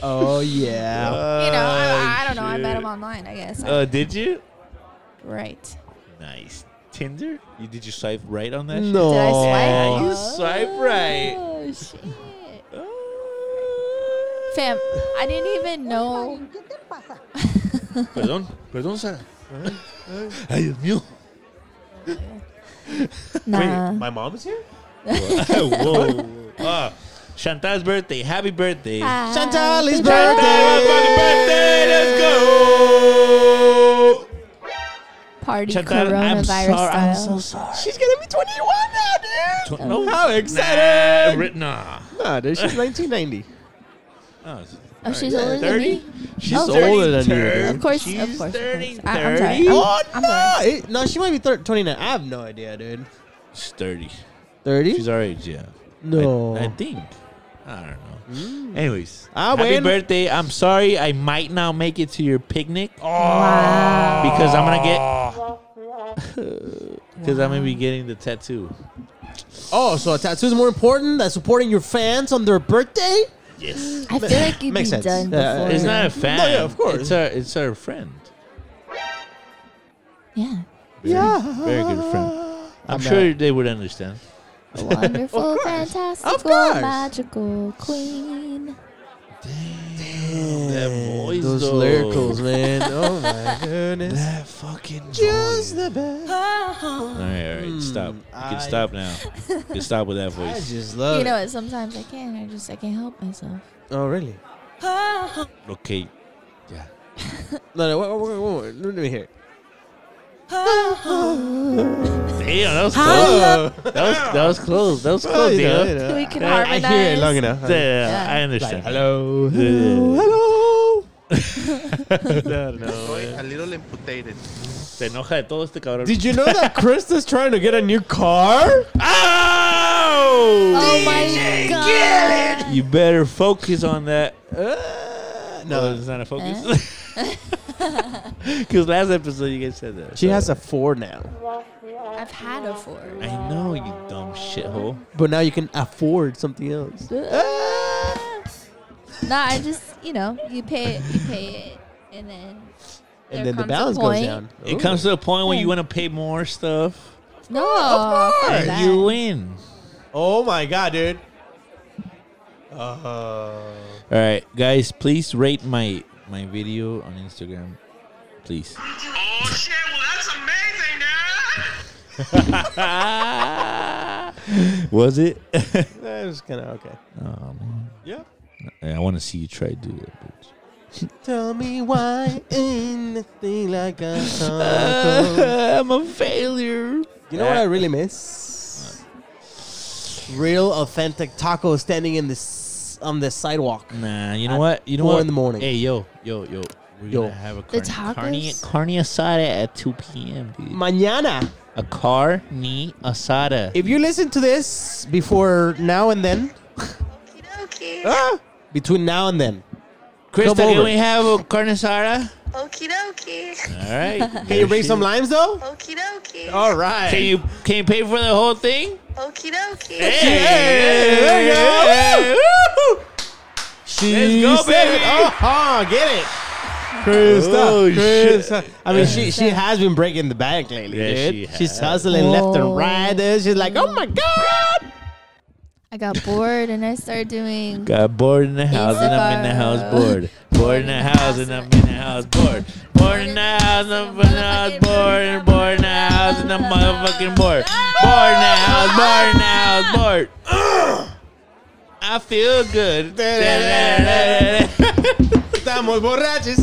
[SPEAKER 2] oh yeah.
[SPEAKER 1] you know, I,
[SPEAKER 3] Oh,
[SPEAKER 1] I don't know. I met him online, I guess.
[SPEAKER 3] Uh, did you?
[SPEAKER 1] right.
[SPEAKER 3] Nice. Tinder? You did you swipe right on that? shit?
[SPEAKER 2] No.
[SPEAKER 1] Did I
[SPEAKER 3] Yeah,
[SPEAKER 1] swipe?
[SPEAKER 3] you swipe right.
[SPEAKER 1] Oh, shit. Fam, I didn't even know.
[SPEAKER 3] Perdón, perdón, Sara. Ay, Dios mío.
[SPEAKER 1] Nah.
[SPEAKER 9] My mom is here?
[SPEAKER 3] Whoa. Ah, Chantal's birthday. Happy birthday.
[SPEAKER 1] Ah.
[SPEAKER 2] Chantal is
[SPEAKER 3] Chantal, happy birthday. Let's go.
[SPEAKER 1] Party
[SPEAKER 3] Chantal, I'm
[SPEAKER 1] coronavirus
[SPEAKER 3] sorry. I'm
[SPEAKER 1] style.
[SPEAKER 3] so sorry.
[SPEAKER 2] She's gonna be 21 now, dude.
[SPEAKER 3] Tw- no.
[SPEAKER 2] How
[SPEAKER 3] Nah,
[SPEAKER 2] excited!
[SPEAKER 3] re- nah.
[SPEAKER 2] Nah, dude, she's 1990.
[SPEAKER 3] Oh, it's-
[SPEAKER 1] oh, she's older than
[SPEAKER 3] 30?
[SPEAKER 1] me.
[SPEAKER 2] She's
[SPEAKER 1] Oh,
[SPEAKER 2] older than you.
[SPEAKER 3] Turn.
[SPEAKER 2] dude.
[SPEAKER 1] Of course,
[SPEAKER 3] She's
[SPEAKER 1] of course. of course.
[SPEAKER 3] 30,
[SPEAKER 1] I, am sorry.
[SPEAKER 3] 30?
[SPEAKER 1] I'm-
[SPEAKER 2] Oh
[SPEAKER 1] I'm
[SPEAKER 2] no!
[SPEAKER 1] sorry.
[SPEAKER 2] It- no, she might be thir- 29. I have no idea, dude.
[SPEAKER 3] She's 30.
[SPEAKER 2] 30?
[SPEAKER 3] She's our age, yeah.
[SPEAKER 2] no.
[SPEAKER 3] I, I think. I don't know. Anyways,
[SPEAKER 2] Oh. Ah,
[SPEAKER 3] happy
[SPEAKER 2] bueno.
[SPEAKER 3] birthday. I'm sorry I might not make it to your picnic. Because I'm going to get. Because I'm going to be getting the tattoo.
[SPEAKER 2] oh, so a tattoo is more important than supporting your fans on their birthday?
[SPEAKER 3] Yes.
[SPEAKER 1] I feel like you'd
[SPEAKER 2] Makes
[SPEAKER 1] be
[SPEAKER 2] sense.
[SPEAKER 1] done
[SPEAKER 2] Yeah,
[SPEAKER 1] before.
[SPEAKER 3] It's not a fan.
[SPEAKER 2] No, yeah, of course.
[SPEAKER 3] It's our, it's our friend.
[SPEAKER 1] yeah.
[SPEAKER 3] Very, Very good friend. I'm,
[SPEAKER 2] I'm
[SPEAKER 3] sure they would understand.
[SPEAKER 1] Wonderful, fantastical,
[SPEAKER 2] course.
[SPEAKER 1] magical queen.
[SPEAKER 3] That voice,
[SPEAKER 2] Those
[SPEAKER 3] though.
[SPEAKER 2] lyricals, man. Oh my goodness.
[SPEAKER 3] That fucking
[SPEAKER 2] Just the best.
[SPEAKER 3] All right, all right. Stop. You can
[SPEAKER 2] I-
[SPEAKER 3] stop now. You can stop with that
[SPEAKER 2] I
[SPEAKER 3] voice.
[SPEAKER 2] just love
[SPEAKER 1] you know what? Sometimes I can't. I just I can't help myself.
[SPEAKER 2] it. Oh, really?
[SPEAKER 3] Okay. Yeah.
[SPEAKER 2] No, no, wait, wait, wait, wait, let me hear it.
[SPEAKER 3] Damn, that was
[SPEAKER 2] Oh,
[SPEAKER 3] close. That was, that was close. That was
[SPEAKER 2] well,
[SPEAKER 3] close,
[SPEAKER 2] you know,
[SPEAKER 3] dude.
[SPEAKER 2] you know,
[SPEAKER 1] we can
[SPEAKER 2] I, I
[SPEAKER 1] harmonize.
[SPEAKER 2] hear it long enough.
[SPEAKER 3] Yeah,
[SPEAKER 2] Like,
[SPEAKER 3] yeah,
[SPEAKER 1] Yeah.
[SPEAKER 3] I understand.
[SPEAKER 2] hello,
[SPEAKER 3] Yeah.
[SPEAKER 2] hello,
[SPEAKER 9] Estoy a little imputated.
[SPEAKER 3] Se enoja de todo este cabrón.
[SPEAKER 2] Did you know that Krista's trying to get a new car?
[SPEAKER 3] oh!
[SPEAKER 1] Oh my god!
[SPEAKER 3] You better focus on that.
[SPEAKER 2] Uh,
[SPEAKER 3] No, Eh? it's not a focus. Because last episode you guys said that.
[SPEAKER 2] She
[SPEAKER 3] so-
[SPEAKER 2] has a four now,
[SPEAKER 1] I've had a four.
[SPEAKER 3] I know you dumb shithole.
[SPEAKER 2] but now you can afford something else. Uh,
[SPEAKER 1] Nah, I just you know you pay it, you pay it, and then There
[SPEAKER 2] and then the
[SPEAKER 1] comes a
[SPEAKER 2] balance goes
[SPEAKER 1] point.
[SPEAKER 2] down.
[SPEAKER 3] It comes to a point where you want to pay more stuff.
[SPEAKER 1] no, fuck
[SPEAKER 3] and
[SPEAKER 1] that.
[SPEAKER 3] You win.
[SPEAKER 2] Oh my god, dude! Uh,
[SPEAKER 3] All right, guys, please rate my my video on Instagram, please.
[SPEAKER 4] Oh shit, well that's amazing, man.
[SPEAKER 3] Was it?
[SPEAKER 2] that was kind of okay.
[SPEAKER 3] um,
[SPEAKER 2] Yeah.
[SPEAKER 3] I want to see you try to do that. Bitch.
[SPEAKER 2] Tell me why anything like a
[SPEAKER 3] I'm a failure.
[SPEAKER 2] You know what I really miss? Real authentic tacos standing in this on the sidewalk.
[SPEAKER 3] Nah, you
[SPEAKER 2] At
[SPEAKER 3] know what? You know
[SPEAKER 2] four
[SPEAKER 3] what?
[SPEAKER 2] in the morning.
[SPEAKER 3] Hey, yo, yo, yo. We're
[SPEAKER 2] Yo.
[SPEAKER 3] gonna have a
[SPEAKER 1] The
[SPEAKER 3] carne, carne,
[SPEAKER 1] tacos?
[SPEAKER 3] carne asada at 2 p.m. Dude.
[SPEAKER 2] Mañana.
[SPEAKER 3] a carne asada.
[SPEAKER 2] If you listen to this before now and then, ah, between now and then,
[SPEAKER 3] Krista,
[SPEAKER 2] come over.
[SPEAKER 3] can we have a carne asada?
[SPEAKER 11] Okie dokie.
[SPEAKER 3] All right.
[SPEAKER 2] Can you bring some limes though?
[SPEAKER 11] Okie dokie.
[SPEAKER 2] All right.
[SPEAKER 3] Can you can you pay for the whole thing?
[SPEAKER 11] Okie dokie.
[SPEAKER 3] Hey, there you go.
[SPEAKER 2] Woo! She
[SPEAKER 3] Let's go,
[SPEAKER 2] said
[SPEAKER 3] baby.
[SPEAKER 2] it. Oh, oh, get it. Krista,
[SPEAKER 3] Oh, shit.
[SPEAKER 2] Krista. I mean, she she has been breaking the bank lately,
[SPEAKER 3] Yeah,
[SPEAKER 2] dude.
[SPEAKER 3] she
[SPEAKER 2] She's
[SPEAKER 3] has.
[SPEAKER 2] hustling left
[SPEAKER 1] Whoa.
[SPEAKER 2] and right. dude. She's like, oh my god.
[SPEAKER 1] I got bored and I started doing.
[SPEAKER 3] Got bored Uh, in the house and I'm in the house bored. Bored in the house and I'm in the house bored. Bored in the house and I'm in the house bored. Bored in the house and I'm motherfucking bored. Bored in the house, bored in the house, bored. I feel good.
[SPEAKER 2] Estamos borrachos.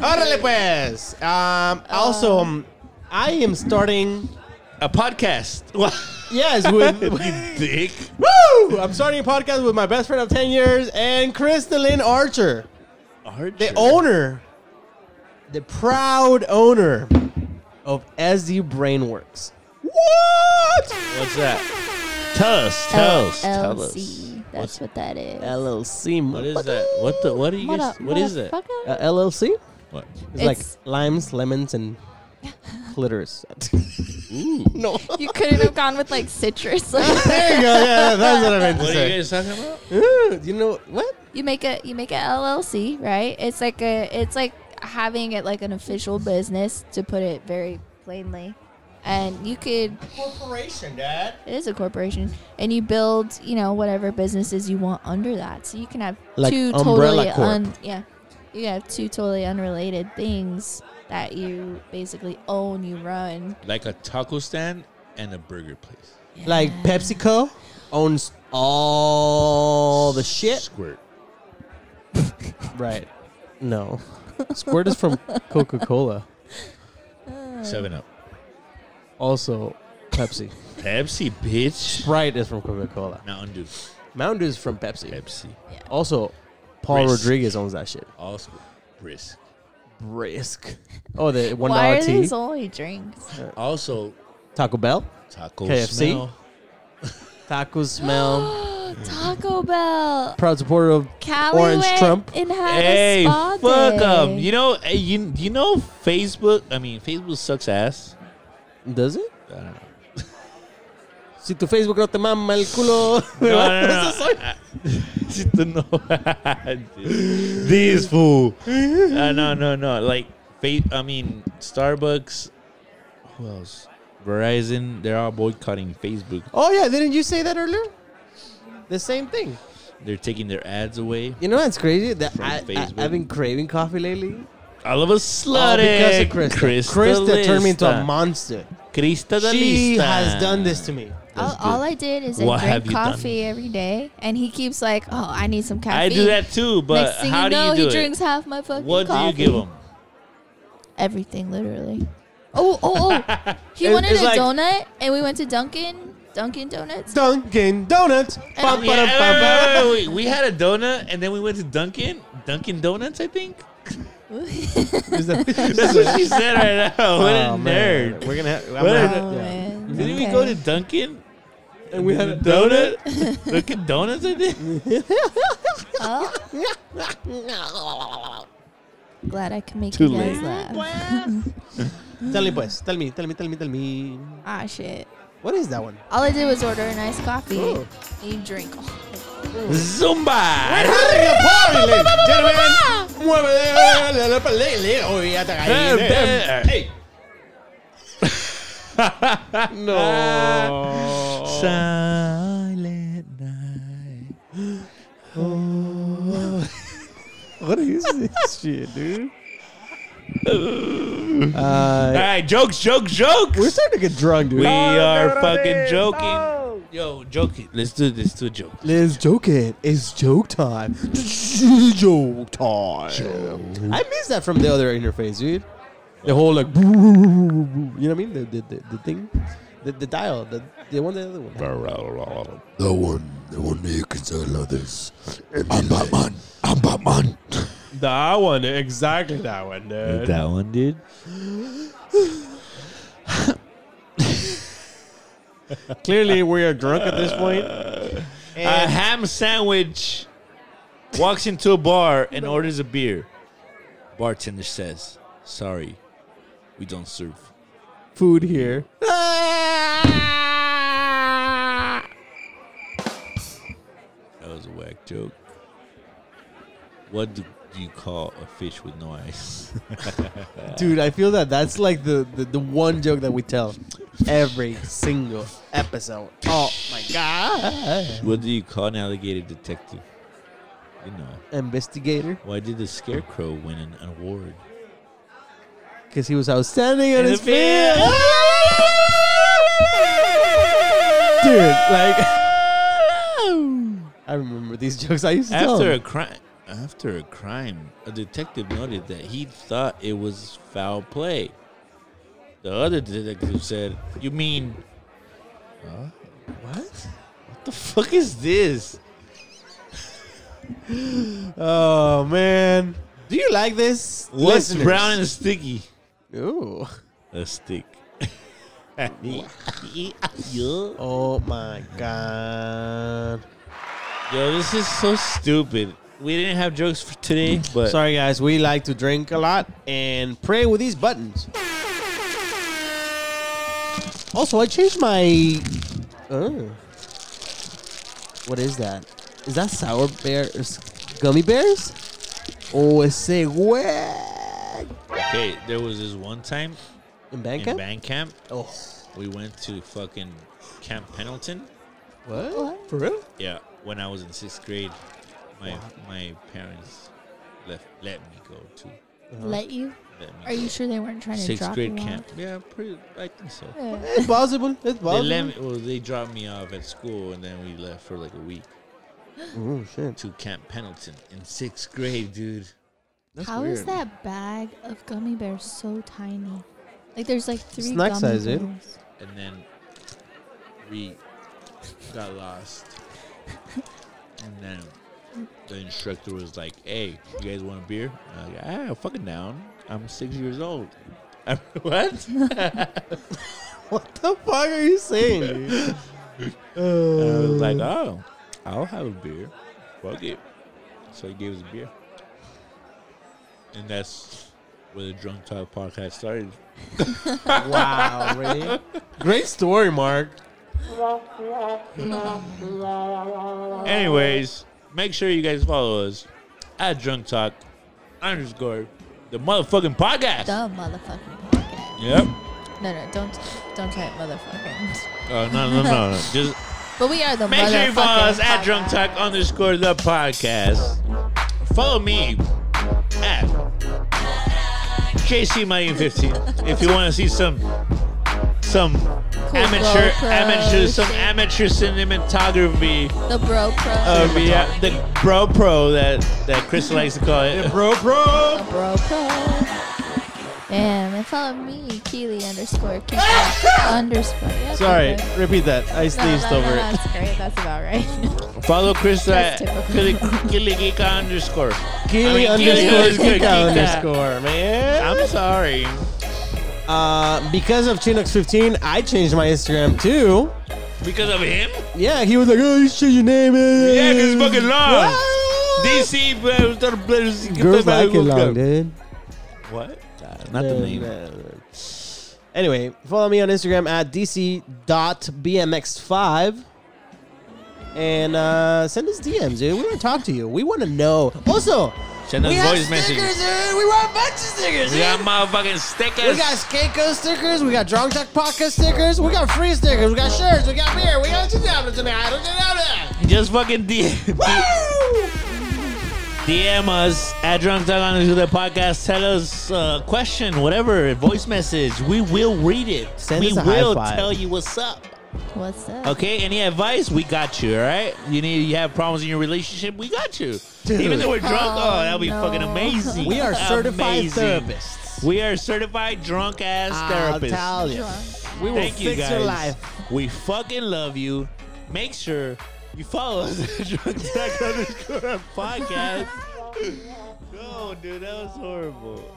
[SPEAKER 2] Órale pues. Um, also, um, I am starting.
[SPEAKER 3] A podcast.
[SPEAKER 2] Yes, with,
[SPEAKER 3] you dick.
[SPEAKER 2] Woo! I'm starting a podcast with my best friend of 10 years and Crystalline Archer, the owner, the proud owner of SD Brainworks. What?
[SPEAKER 3] What's that? Tell us, tell us, tell us.
[SPEAKER 1] LLC. That's what that is.
[SPEAKER 2] LLC.
[SPEAKER 3] What is that? What the? What are you?
[SPEAKER 1] What
[SPEAKER 3] guys-
[SPEAKER 1] up,
[SPEAKER 3] what is that?
[SPEAKER 1] motherfucker?
[SPEAKER 2] Uh, LLC?
[SPEAKER 3] What?
[SPEAKER 2] It's,
[SPEAKER 1] It's-
[SPEAKER 2] like limes, lemons, and clitoris.
[SPEAKER 3] Ooh.
[SPEAKER 2] no.
[SPEAKER 1] You couldn't have gone with like citrus. Like,
[SPEAKER 2] There you go. Yeah, that's what I meant to
[SPEAKER 3] What are you
[SPEAKER 2] say.
[SPEAKER 3] guys talking about?
[SPEAKER 2] Ooh, you know what?
[SPEAKER 1] you make a you make a LLC, right? It's like a it's like having it like an official business to put it very plainly, and you could
[SPEAKER 2] Corporation, Dad.
[SPEAKER 1] it is a corporation, and you build you know whatever businesses you want under that. So you can have
[SPEAKER 2] Like
[SPEAKER 1] two
[SPEAKER 2] Umbrella
[SPEAKER 1] totally
[SPEAKER 2] Corp.
[SPEAKER 1] un yeah, you have two totally unrelated things that you basically own, you run.
[SPEAKER 3] Like a taco stand and a burger place.
[SPEAKER 2] Like PepsiCo owns all the shit.
[SPEAKER 3] Squirt.
[SPEAKER 2] Right. No. Squirt is from Coca Cola.
[SPEAKER 3] Seven Up.
[SPEAKER 2] Also, Pepsi.
[SPEAKER 3] Pepsi, bitch.
[SPEAKER 2] Sprite is from Coca Cola.
[SPEAKER 3] Mountain Dew.
[SPEAKER 2] Mountain Dew is from Pepsi.
[SPEAKER 3] Pepsi.
[SPEAKER 2] Also, Paul
[SPEAKER 3] Brisk.
[SPEAKER 2] Rodriguez owns that shit.
[SPEAKER 3] All squirt. Brisk.
[SPEAKER 2] Brisk. Oh, the one
[SPEAKER 1] Why
[SPEAKER 2] dollar
[SPEAKER 1] are
[SPEAKER 2] tea.
[SPEAKER 1] these only drinks?
[SPEAKER 3] Also,
[SPEAKER 2] Taco Bell.
[SPEAKER 3] taco
[SPEAKER 2] KFC?
[SPEAKER 3] smell.
[SPEAKER 2] Taco smell.
[SPEAKER 1] Taco Bell.
[SPEAKER 2] Proud supporter of
[SPEAKER 1] Cali
[SPEAKER 2] Orange
[SPEAKER 1] went
[SPEAKER 2] Trump.
[SPEAKER 1] and had
[SPEAKER 3] Hey,
[SPEAKER 1] a spa
[SPEAKER 3] fuck
[SPEAKER 1] day.
[SPEAKER 3] them. You know, eh, you you know, Facebook. I mean, Facebook sucks ass.
[SPEAKER 2] Does it?
[SPEAKER 3] I don't know.
[SPEAKER 2] Si tu Facebook no te mama el culo.
[SPEAKER 3] no, no, no. I- Si tú no. Dude. This fool. Uh, no, no, no. Like, fa- I mean, Starbucks. Who else? Verizon. They're all boycotting Facebook.
[SPEAKER 2] Oh yeah, didn't you say that earlier? The same thing.
[SPEAKER 3] They're taking their ads away.
[SPEAKER 2] You know what's crazy? That
[SPEAKER 3] From
[SPEAKER 2] I, I,
[SPEAKER 3] Facebook.
[SPEAKER 2] I've been craving coffee lately.
[SPEAKER 3] I love a
[SPEAKER 2] All
[SPEAKER 3] slut.
[SPEAKER 2] because of Krista. Krista turned me into a monster.
[SPEAKER 3] Krista da
[SPEAKER 2] She
[SPEAKER 3] lista.
[SPEAKER 2] has done this to me.
[SPEAKER 1] All, all I did is
[SPEAKER 3] What
[SPEAKER 1] I
[SPEAKER 3] have
[SPEAKER 1] drink
[SPEAKER 3] you done?
[SPEAKER 1] coffee every day, and he keeps like, "Oh, I need some caffeine."
[SPEAKER 3] I do that too, but
[SPEAKER 1] Next thing
[SPEAKER 3] how
[SPEAKER 1] you know,
[SPEAKER 3] do you
[SPEAKER 1] he
[SPEAKER 3] do
[SPEAKER 1] drinks half my
[SPEAKER 3] it?
[SPEAKER 1] fucking
[SPEAKER 3] What do you
[SPEAKER 1] coffee.
[SPEAKER 3] give them?
[SPEAKER 1] Everything, literally. Oh, oh, oh! He
[SPEAKER 2] It-
[SPEAKER 1] wanted
[SPEAKER 2] it's
[SPEAKER 1] a
[SPEAKER 2] like-
[SPEAKER 1] donut, and we went to Dunkin', Dunkin' Donuts.
[SPEAKER 2] Dunkin' Donuts. Bum,
[SPEAKER 3] Yeah,
[SPEAKER 2] ba-dum,
[SPEAKER 3] wait,
[SPEAKER 2] bum, bum.
[SPEAKER 3] wait, wait, wait, wait. We had a donut and then we went to Dunkin'. Dunkin' Donuts, I think.
[SPEAKER 2] Is that-
[SPEAKER 3] That's what she said right now. What a
[SPEAKER 2] Oh, man.
[SPEAKER 3] nerd.
[SPEAKER 2] We're gonna have.
[SPEAKER 3] What a-
[SPEAKER 1] Oh, man.
[SPEAKER 3] Didn't we
[SPEAKER 1] Okay.
[SPEAKER 3] go to Dunkin'?
[SPEAKER 2] And we had a
[SPEAKER 3] donut. Dunkin' Donuts, I think.
[SPEAKER 1] Oh. Glad I can make
[SPEAKER 3] Too
[SPEAKER 1] you guys
[SPEAKER 3] late.
[SPEAKER 1] laugh.
[SPEAKER 2] Tell me, pues. Tell me. Tell me. Tell me. Tell me.
[SPEAKER 1] Ah, shit.
[SPEAKER 2] What is that one?
[SPEAKER 1] All I did was order an iced coffee.
[SPEAKER 2] Cool.
[SPEAKER 1] And you drink.
[SPEAKER 3] Zumba.
[SPEAKER 2] Having a party, ladies and gentlemen. Mueve la palele. Oh, ya te caí. Hey. No.
[SPEAKER 3] Silent night.
[SPEAKER 2] Oh. What is this shit, dude? Uh,
[SPEAKER 3] All right, jokes, jokes, jokes.
[SPEAKER 2] we're starting to get drunk, dude.
[SPEAKER 3] We are fucking joking. Yo, joking. Let's do this. Do a joke.
[SPEAKER 2] Let's joke it. It's joke time. joke time. I miss that from the other interface, dude. The whole like, you know what I mean? The the, the, the thing, the, the dial, the, the one, the other one.
[SPEAKER 8] The one, the one that you can sell others. I'm Batman. I'm Batman.
[SPEAKER 2] That one, exactly that one, dude.
[SPEAKER 3] That one, dude.
[SPEAKER 2] Clearly, we are drunk at this point.
[SPEAKER 3] a ham sandwich walks into a bar and orders a beer. Bartender says, "Sorry, we don't serve."
[SPEAKER 2] Food here.
[SPEAKER 3] That was a whack joke. What do you call a fish with no eyes?
[SPEAKER 2] Dude, I feel that that's like the, the, the one joke that we tell every single episode. Oh my god.
[SPEAKER 3] What do you call an alligator detective? You know.
[SPEAKER 2] Investigator?
[SPEAKER 3] Why did the scarecrow win an award?
[SPEAKER 2] Because he was outstanding on
[SPEAKER 3] In
[SPEAKER 2] his
[SPEAKER 3] the
[SPEAKER 2] feet.
[SPEAKER 3] field.
[SPEAKER 2] Dude, like. I remember these jokes I used to tell.
[SPEAKER 3] After a
[SPEAKER 2] him.
[SPEAKER 3] crime, after a crime, a detective noted that he thought it was foul play. The other detective said, "You mean, huh? what? What the fuck is this?
[SPEAKER 2] Oh, man. Do you like this?
[SPEAKER 3] What's
[SPEAKER 2] listeners?
[SPEAKER 3] brown and sticky?
[SPEAKER 2] Ooh.
[SPEAKER 3] A stick."
[SPEAKER 2] Oh my god.
[SPEAKER 3] Yo, this is so stupid. We didn't have jokes for today, but
[SPEAKER 2] Sorry, guys. We like to drink a lot and pray with these buttons. Also, I changed my. Oh. What is that? Is that sour bears? Gummy bears? Oh, it's a wet.
[SPEAKER 3] Okay, there was this one time
[SPEAKER 2] In Bandcamp?
[SPEAKER 3] In Bandcamp,
[SPEAKER 2] oh,
[SPEAKER 3] we went to fucking Camp Pendleton.
[SPEAKER 2] What?
[SPEAKER 1] Oh,
[SPEAKER 2] For real?
[SPEAKER 3] Yeah, when I was in sixth grade, my my parents left let me go to.
[SPEAKER 1] Let you?
[SPEAKER 3] Let me
[SPEAKER 1] Are you
[SPEAKER 3] go.
[SPEAKER 1] sure they weren't trying to
[SPEAKER 3] Uh-huh. sixth
[SPEAKER 1] drop
[SPEAKER 3] grade
[SPEAKER 1] you off?
[SPEAKER 3] camp? Yeah, pretty. I think so.
[SPEAKER 1] Yeah.
[SPEAKER 2] It's possible. It's
[SPEAKER 3] They
[SPEAKER 2] possible.
[SPEAKER 3] let me, well, they dropped me off at school, and then we left for like a week
[SPEAKER 2] oh, shit.
[SPEAKER 3] to Camp Pendleton in sixth grade, dude.
[SPEAKER 1] How is
[SPEAKER 2] That's weird.
[SPEAKER 1] that bag of gummy bears so tiny? Like there's like three
[SPEAKER 2] Snack
[SPEAKER 1] gummy
[SPEAKER 2] size, dude.
[SPEAKER 1] bears.
[SPEAKER 3] and then we got lost. and then the instructor was like, "Hey, you guys want a beer?" And I was like, "Ah, fucking down. I'm six years old." I'm, what?
[SPEAKER 2] What the fuck are you saying? dude?
[SPEAKER 3] And I
[SPEAKER 2] Uh,
[SPEAKER 3] was like, "Oh, I'll have a beer. Fuck it." So he gave us a beer, and that's where the drunk talk podcast started.
[SPEAKER 2] wow, really? Great story, Mark.
[SPEAKER 3] Anyways, make sure you guys follow us at Drunk Talk underscore the motherfucking podcast.
[SPEAKER 1] The motherfucking podcast.
[SPEAKER 3] Yep.
[SPEAKER 1] No, no, don't don't type motherfucking.
[SPEAKER 3] Oh no no no! no. Just
[SPEAKER 1] But we are the
[SPEAKER 3] make sure you follow us
[SPEAKER 1] motherfucking
[SPEAKER 3] at
[SPEAKER 1] podcast.
[SPEAKER 3] Drunk Talk underscore the podcast. Follow me at JC Marion fifteen if you want to see some some amateur
[SPEAKER 1] GoPro
[SPEAKER 3] amateur some
[SPEAKER 1] shit.
[SPEAKER 3] amateur cinematography
[SPEAKER 1] the bro pro.
[SPEAKER 2] Oh.
[SPEAKER 3] of the uh, the bro pro that that Chris likes to call it.
[SPEAKER 2] Bro, bro.
[SPEAKER 1] the bro pro. Damn, and follow me, Keely underscore Keely underscore. Yeah,
[SPEAKER 2] Sorry,
[SPEAKER 1] perfect.
[SPEAKER 2] repeat that. I
[SPEAKER 1] No, no,
[SPEAKER 2] sneezed
[SPEAKER 1] no,
[SPEAKER 2] over it.
[SPEAKER 1] that's great. That's about right.
[SPEAKER 3] Follow Chris at
[SPEAKER 1] That's
[SPEAKER 3] Killy,
[SPEAKER 1] typical.
[SPEAKER 3] Killy Geeka underscore.
[SPEAKER 2] Keely
[SPEAKER 3] I mean, Keely
[SPEAKER 2] underscore
[SPEAKER 3] underscore
[SPEAKER 2] Kika
[SPEAKER 3] Kika.
[SPEAKER 2] underscore, man.
[SPEAKER 3] I'm sorry.
[SPEAKER 2] Uh, because of Chinox15, I changed my Instagram too.
[SPEAKER 3] Because of him?
[SPEAKER 2] Yeah, he was like, oh, you changed your name. eh,
[SPEAKER 3] Yeah, 'cause it's fucking long.
[SPEAKER 2] What?
[SPEAKER 3] DC, blah, blah, blah, blah,
[SPEAKER 2] Girls
[SPEAKER 3] blah,
[SPEAKER 2] like it
[SPEAKER 3] blah,
[SPEAKER 2] long,
[SPEAKER 3] blah.
[SPEAKER 2] dude.
[SPEAKER 3] What? Not the
[SPEAKER 2] Uh,
[SPEAKER 3] name.
[SPEAKER 2] uh, Anyway, follow me on Instagram at dc.bmx5. And uh, send us DMs, dude. We want to talk to you. We want to know. Also,
[SPEAKER 3] Send us
[SPEAKER 2] we have
[SPEAKER 3] voice
[SPEAKER 2] stickers,
[SPEAKER 3] messages.
[SPEAKER 2] dude. We want a bunch of stickers.
[SPEAKER 3] We got
[SPEAKER 2] dude.
[SPEAKER 3] motherfucking stickers.
[SPEAKER 2] We got Skako stickers. We got Drunk Talk Podcast stickers. We got free stickers. We got shirts. We got beer. We got tonight. tonight.
[SPEAKER 3] Just fucking DM, DM us at Drunk Talk on the podcast. Tell us a question, whatever, a voice message. We will read it.
[SPEAKER 2] Send
[SPEAKER 3] we
[SPEAKER 2] us a high
[SPEAKER 3] will
[SPEAKER 2] five.
[SPEAKER 3] tell you what's up.
[SPEAKER 1] What's up?
[SPEAKER 3] Okay, any advice? We got you, all right? You need you have problems in your relationship? We got you.
[SPEAKER 2] Dude.
[SPEAKER 3] Even though we're drunk, oh,
[SPEAKER 1] Oh,
[SPEAKER 3] that'll be
[SPEAKER 1] no.
[SPEAKER 3] fucking amazing.
[SPEAKER 2] We are certified
[SPEAKER 3] Amazing.
[SPEAKER 2] therapists. Ah,
[SPEAKER 3] We are certified drunk ass
[SPEAKER 2] I'll
[SPEAKER 3] therapists.
[SPEAKER 2] tell you. We will
[SPEAKER 3] Thank
[SPEAKER 2] fix
[SPEAKER 3] you guys.
[SPEAKER 2] your life.
[SPEAKER 3] We fucking love you. Make sure you follow us at Drunk Tech underscore podcast. No, dude, that was horrible.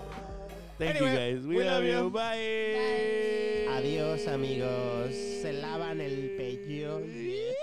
[SPEAKER 3] Thank
[SPEAKER 2] Anyway,
[SPEAKER 3] you guys. We,
[SPEAKER 2] we
[SPEAKER 3] love,
[SPEAKER 2] love
[SPEAKER 3] you.
[SPEAKER 2] you.
[SPEAKER 3] Bye.
[SPEAKER 2] Adiós, amigos. Se lavan el pello.